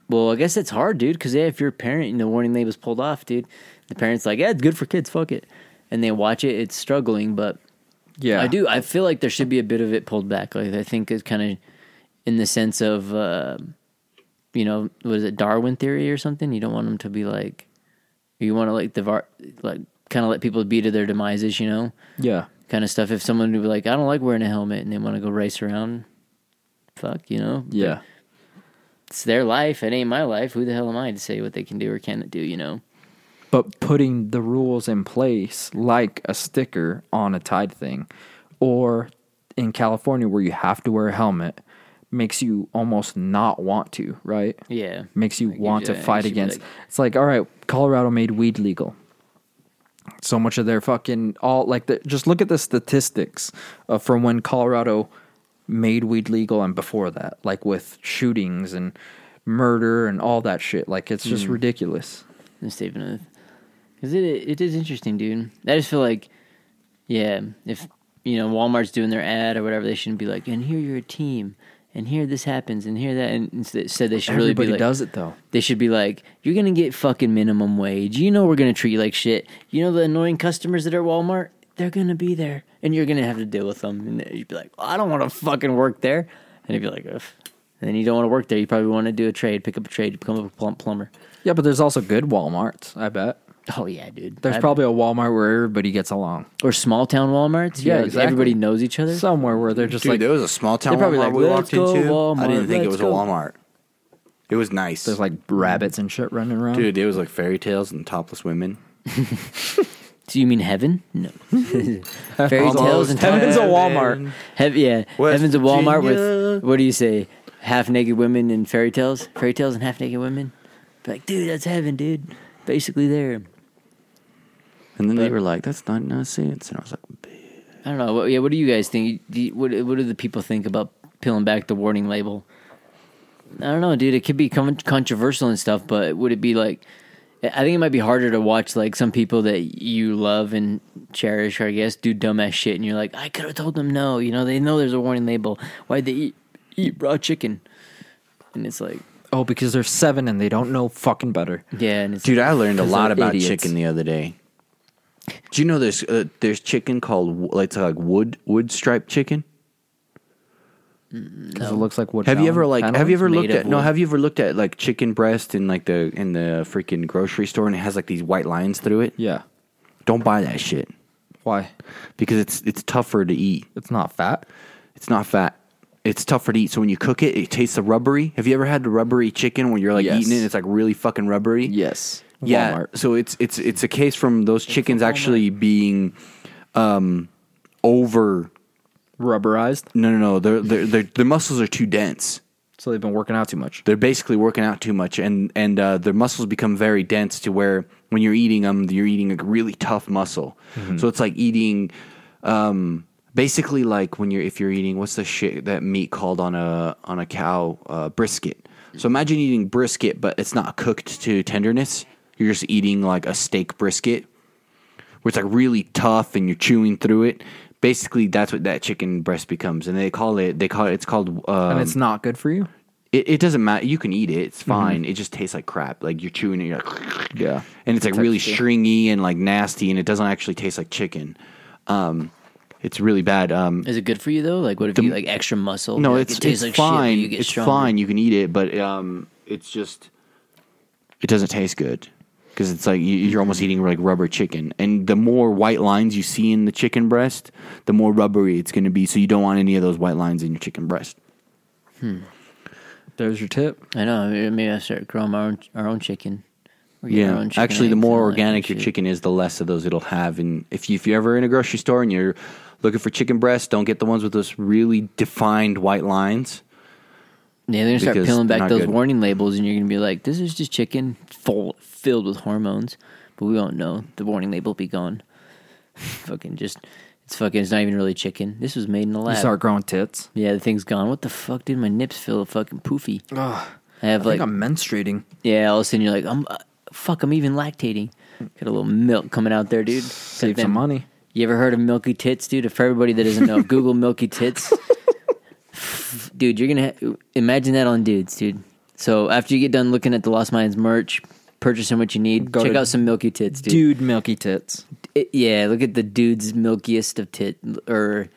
F: Well, I guess it's hard, dude, because yeah, if you're a parent and the warning label's pulled off, dude, the parent's like, yeah, it's good for kids, fuck it. And they watch it, it's struggling, but
E: Yeah,
F: I do. I feel like there should be a bit of it pulled back. Like I think it's kind of in the sense of, uh, you know, was it Darwin theory or something? You don't want them to be like, you want to like the var- like kind of let people be to their demises, you know,
E: Yeah,
F: kind of stuff. If someone would be like, I don't like wearing a helmet, and they want to go race around, fuck, you know,
E: yeah,
F: it's their life. It ain't my life. Who the hell am I to say what they can do or cannot do? You know.
E: but putting the rules in place, like a sticker on a Tide thing, or in California where you have to wear a helmet, makes you almost not want to, right?
F: Yeah.
E: makes you
F: Like,
E: want to
F: yeah,
E: fight
F: you should be
E: against.
F: like-
E: it's like, all right, Colorado made weed legal. So much of their fucking all like the, just look at the statistics uh, from when Colorado made weed legal and before that, like with shootings and murder and all that shit. Like it's just ridiculous.
F: and Stephen Oath. Because it, it is interesting, dude. I just feel like, yeah, if, you know, Walmart's doing their ad or whatever, they shouldn't be like, and here you're a team, and here this happens, and here that. And instead said they should really
E: Everybody
F: be like,
E: does it though.
F: they should be like, you're going to get fucking minimum wage. You know, we're going to treat you like shit. You know, the annoying customers that are Walmart, they're going to be there, and you're going to have to deal with them. And you'd be like, I don't want to fucking work there. And you'd be like, Ugh. And then you don't want to work there. You probably want to do a trade, pick up a trade, become a plum- plumber.
E: Yeah, but there's also good Walmarts. I bet
F: Oh, yeah, dude.
E: there's
F: I-
E: probably a Walmart where everybody gets along.
F: or small town WalMarts.
E: Yeah,
F: Yeah,
E: exactly.
F: everybody knows each other.
E: Somewhere where they're just
G: Dude,
E: like
G: there was a small town
F: They're probably
G: Walmart
F: like,
G: we
F: "Let's
G: walked into.
F: go,
G: I didn't
F: Walmart,
G: think
F: let's
G: it was
F: go."
G: a Walmart. It was nice.
E: there's like rabbits and shit running around.
G: dude, it was like fairy tales and topless women.
F: Do you mean heaven? No. [laughs] Fairy
G: Almost
F: tales and
E: Heaven's a
G: heaven.
E: Walmart.
F: Heav- yeah,
G: West
F: heaven's a Walmart with
G: Virginia.
F: what do you say? Half naked women and fairy tales, fairy tales and half naked women. Be like, dude, that's heaven, dude. Basically, there.
G: And then they
F: But-
G: were like, "That's not nonsense," and I was like, "Bitch."
F: I don't know. What, yeah, what do you guys think? Do you, what What do the people think about peeling back the warning label? I don't know, dude. It could be con- controversial and stuff, but would it be like? I think it might be harder to watch like some people that you love and cherish, I guess, do dumbass shit, and you're like, I could have told them no. You know, they know there's a warning label. Why'd they eat eat raw chicken? And it's like,
E: Oh, because they're seven and they don't know fucking better.
F: yeah, and it's
G: dude, I learned a
E: 'Cause
G: lot
E: they're
G: about
E: idiots.
G: chicken the other day. Do you know there's uh, there's chicken called wo- like it's like wood wood striped chicken?
E: Because it looks like what?
G: Have you ever like have you ever
F: Made
G: looked
F: of
G: at no
F: wood.
G: have you ever looked at like chicken breast in like the in the freaking grocery store and it has like these white lines through it?
E: Yeah.
G: Don't buy that shit
E: Why?
G: because it's it's tougher to eat.
E: It's not fat.
G: It's not fat. It's tougher to eat. So when you cook it, it tastes the rubbery. Have you ever had the rubbery chicken when you're like
E: Yes.
G: eating it? and It's like really fucking rubbery.
E: Yes.
G: Yeah. So it's it's it's a case from those chickens actually being um over
E: Rubberized.
G: no no no their their their their muscles are too dense.
E: So they've been working out too much.
G: They're basically working out too much and and uh, their muscles become very dense to where when you're eating them you're eating a really tough muscle.
E: Mm-hmm.
G: So it's like eating um basically like when you're if you're eating what's the shit that meat called on a on a cow uh, brisket. So imagine eating brisket but it's not cooked to tenderness. You're just eating like a steak brisket where it's like really tough and you're chewing through it. Basically, that's what that chicken breast becomes, and they call it. They call it. It's called. Um,
E: and it's not good for you.
G: It, it doesn't matter. You can eat it.
F: Mm-hmm.
G: It's fine. It just tastes like crap. Like you're chewing it. You're like,
E: Yeah.
G: and it's like really stringy and like nasty, and it doesn't actually taste like chicken. Um, it's really bad. Um,
F: Is it good for you though? Like, what if you eat, like extra muscle?
G: no,
F: Like,
G: it's,
F: it tastes
G: it's
F: like shit, but
G: fine.
F: you get
G: it's
F: stronger.
G: fine. You can eat it, but um, it's just it doesn't taste good because it's like you, you're almost eating like rubber chicken. And the more white lines you see in the chicken breast, the more rubbery it's going to be. So you don't want any of those white lines in your chicken breast.
E: There's your tip.
F: I know. Maybe I start growing our own, our own chicken. Or get our
G: Yeah,
F: own chicken
G: actually, the
F: eggs
G: more
F: and all that kind
G: organic
F: of
G: your
F: shit.
G: chicken is, the less of those it'll have. And if you, if you're ever in a grocery store and you're looking for chicken breasts, don't get the ones with those really defined white lines.
F: Yeah, they're gonna start
G: because
F: peeling
G: they're
F: back
G: not
F: those
G: good.
F: warning labels, and you're gonna be like, "This is just chicken full, filled with hormones," but we won't know. The warning label will be gone. [sighs] fucking just, it's fucking. It's not even really chicken. This was made in the lab.
E: You start growing tits.
F: yeah, the thing's gone. What the fuck, dude? My nips feel fucking poofy. I have like,
E: I think I'm menstruating.
F: yeah. All of a sudden, you're like, "I'm uh, fuck. I'm even lactating. Got a little milk coming out there, dude.
E: Save some money.
F: You ever heard of Milky Tits, dude? For everybody that doesn't
E: [laughs]
F: know, Google Milky Tits. dude, you're going to ha- imagine that on dudes, dude. So after you get done looking at the Lost Minds merch, purchasing what you need,
E: Go
F: check
E: to
F: out some Milky Tits, dude.
E: Dude, milky tits.
F: It- yeah, look at the dude's milkiest of tit, or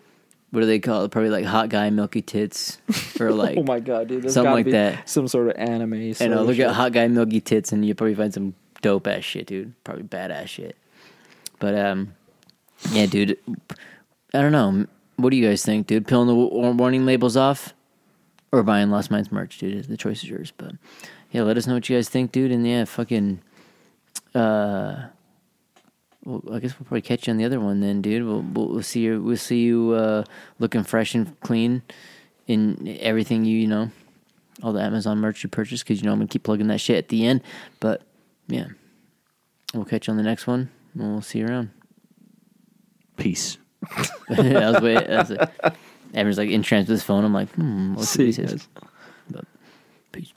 F: what do they call it? Probably like Hot Guy Milky Tits,
E: [laughs] Oh
F: or like,
G: Oh
E: god, dude!
F: there's Something gotta like be that.
E: Some sort of anime.
F: And uh, look at hot guy milky tits, and you probably find some dope ass shit, dude. Probably badass shit. But um, yeah, dude. I don't know. What do you guys think, dude? Peeling the wa- warning labels off, or buying Lost Minds merch, dude? The choice is yours. But yeah, let us know what you guys think, dude. And yeah, fucking. Uh, well, I guess we'll probably catch you on the other one then, dude. We'll we'll, we'll see you. We'll see you uh, looking fresh and clean in everything you you know all the Amazon merch you purchased because you know I'm gonna keep plugging that shit at the end. But yeah, we'll catch you on the next one. and We'll see you around. [laughs]
G: Peace.
F: I was waiting. I was like, Everyone's like entranced with his phone. I'm like, hmm, what's
E: See
F: what he
E: you
F: says?
E: guys.
F: But peace.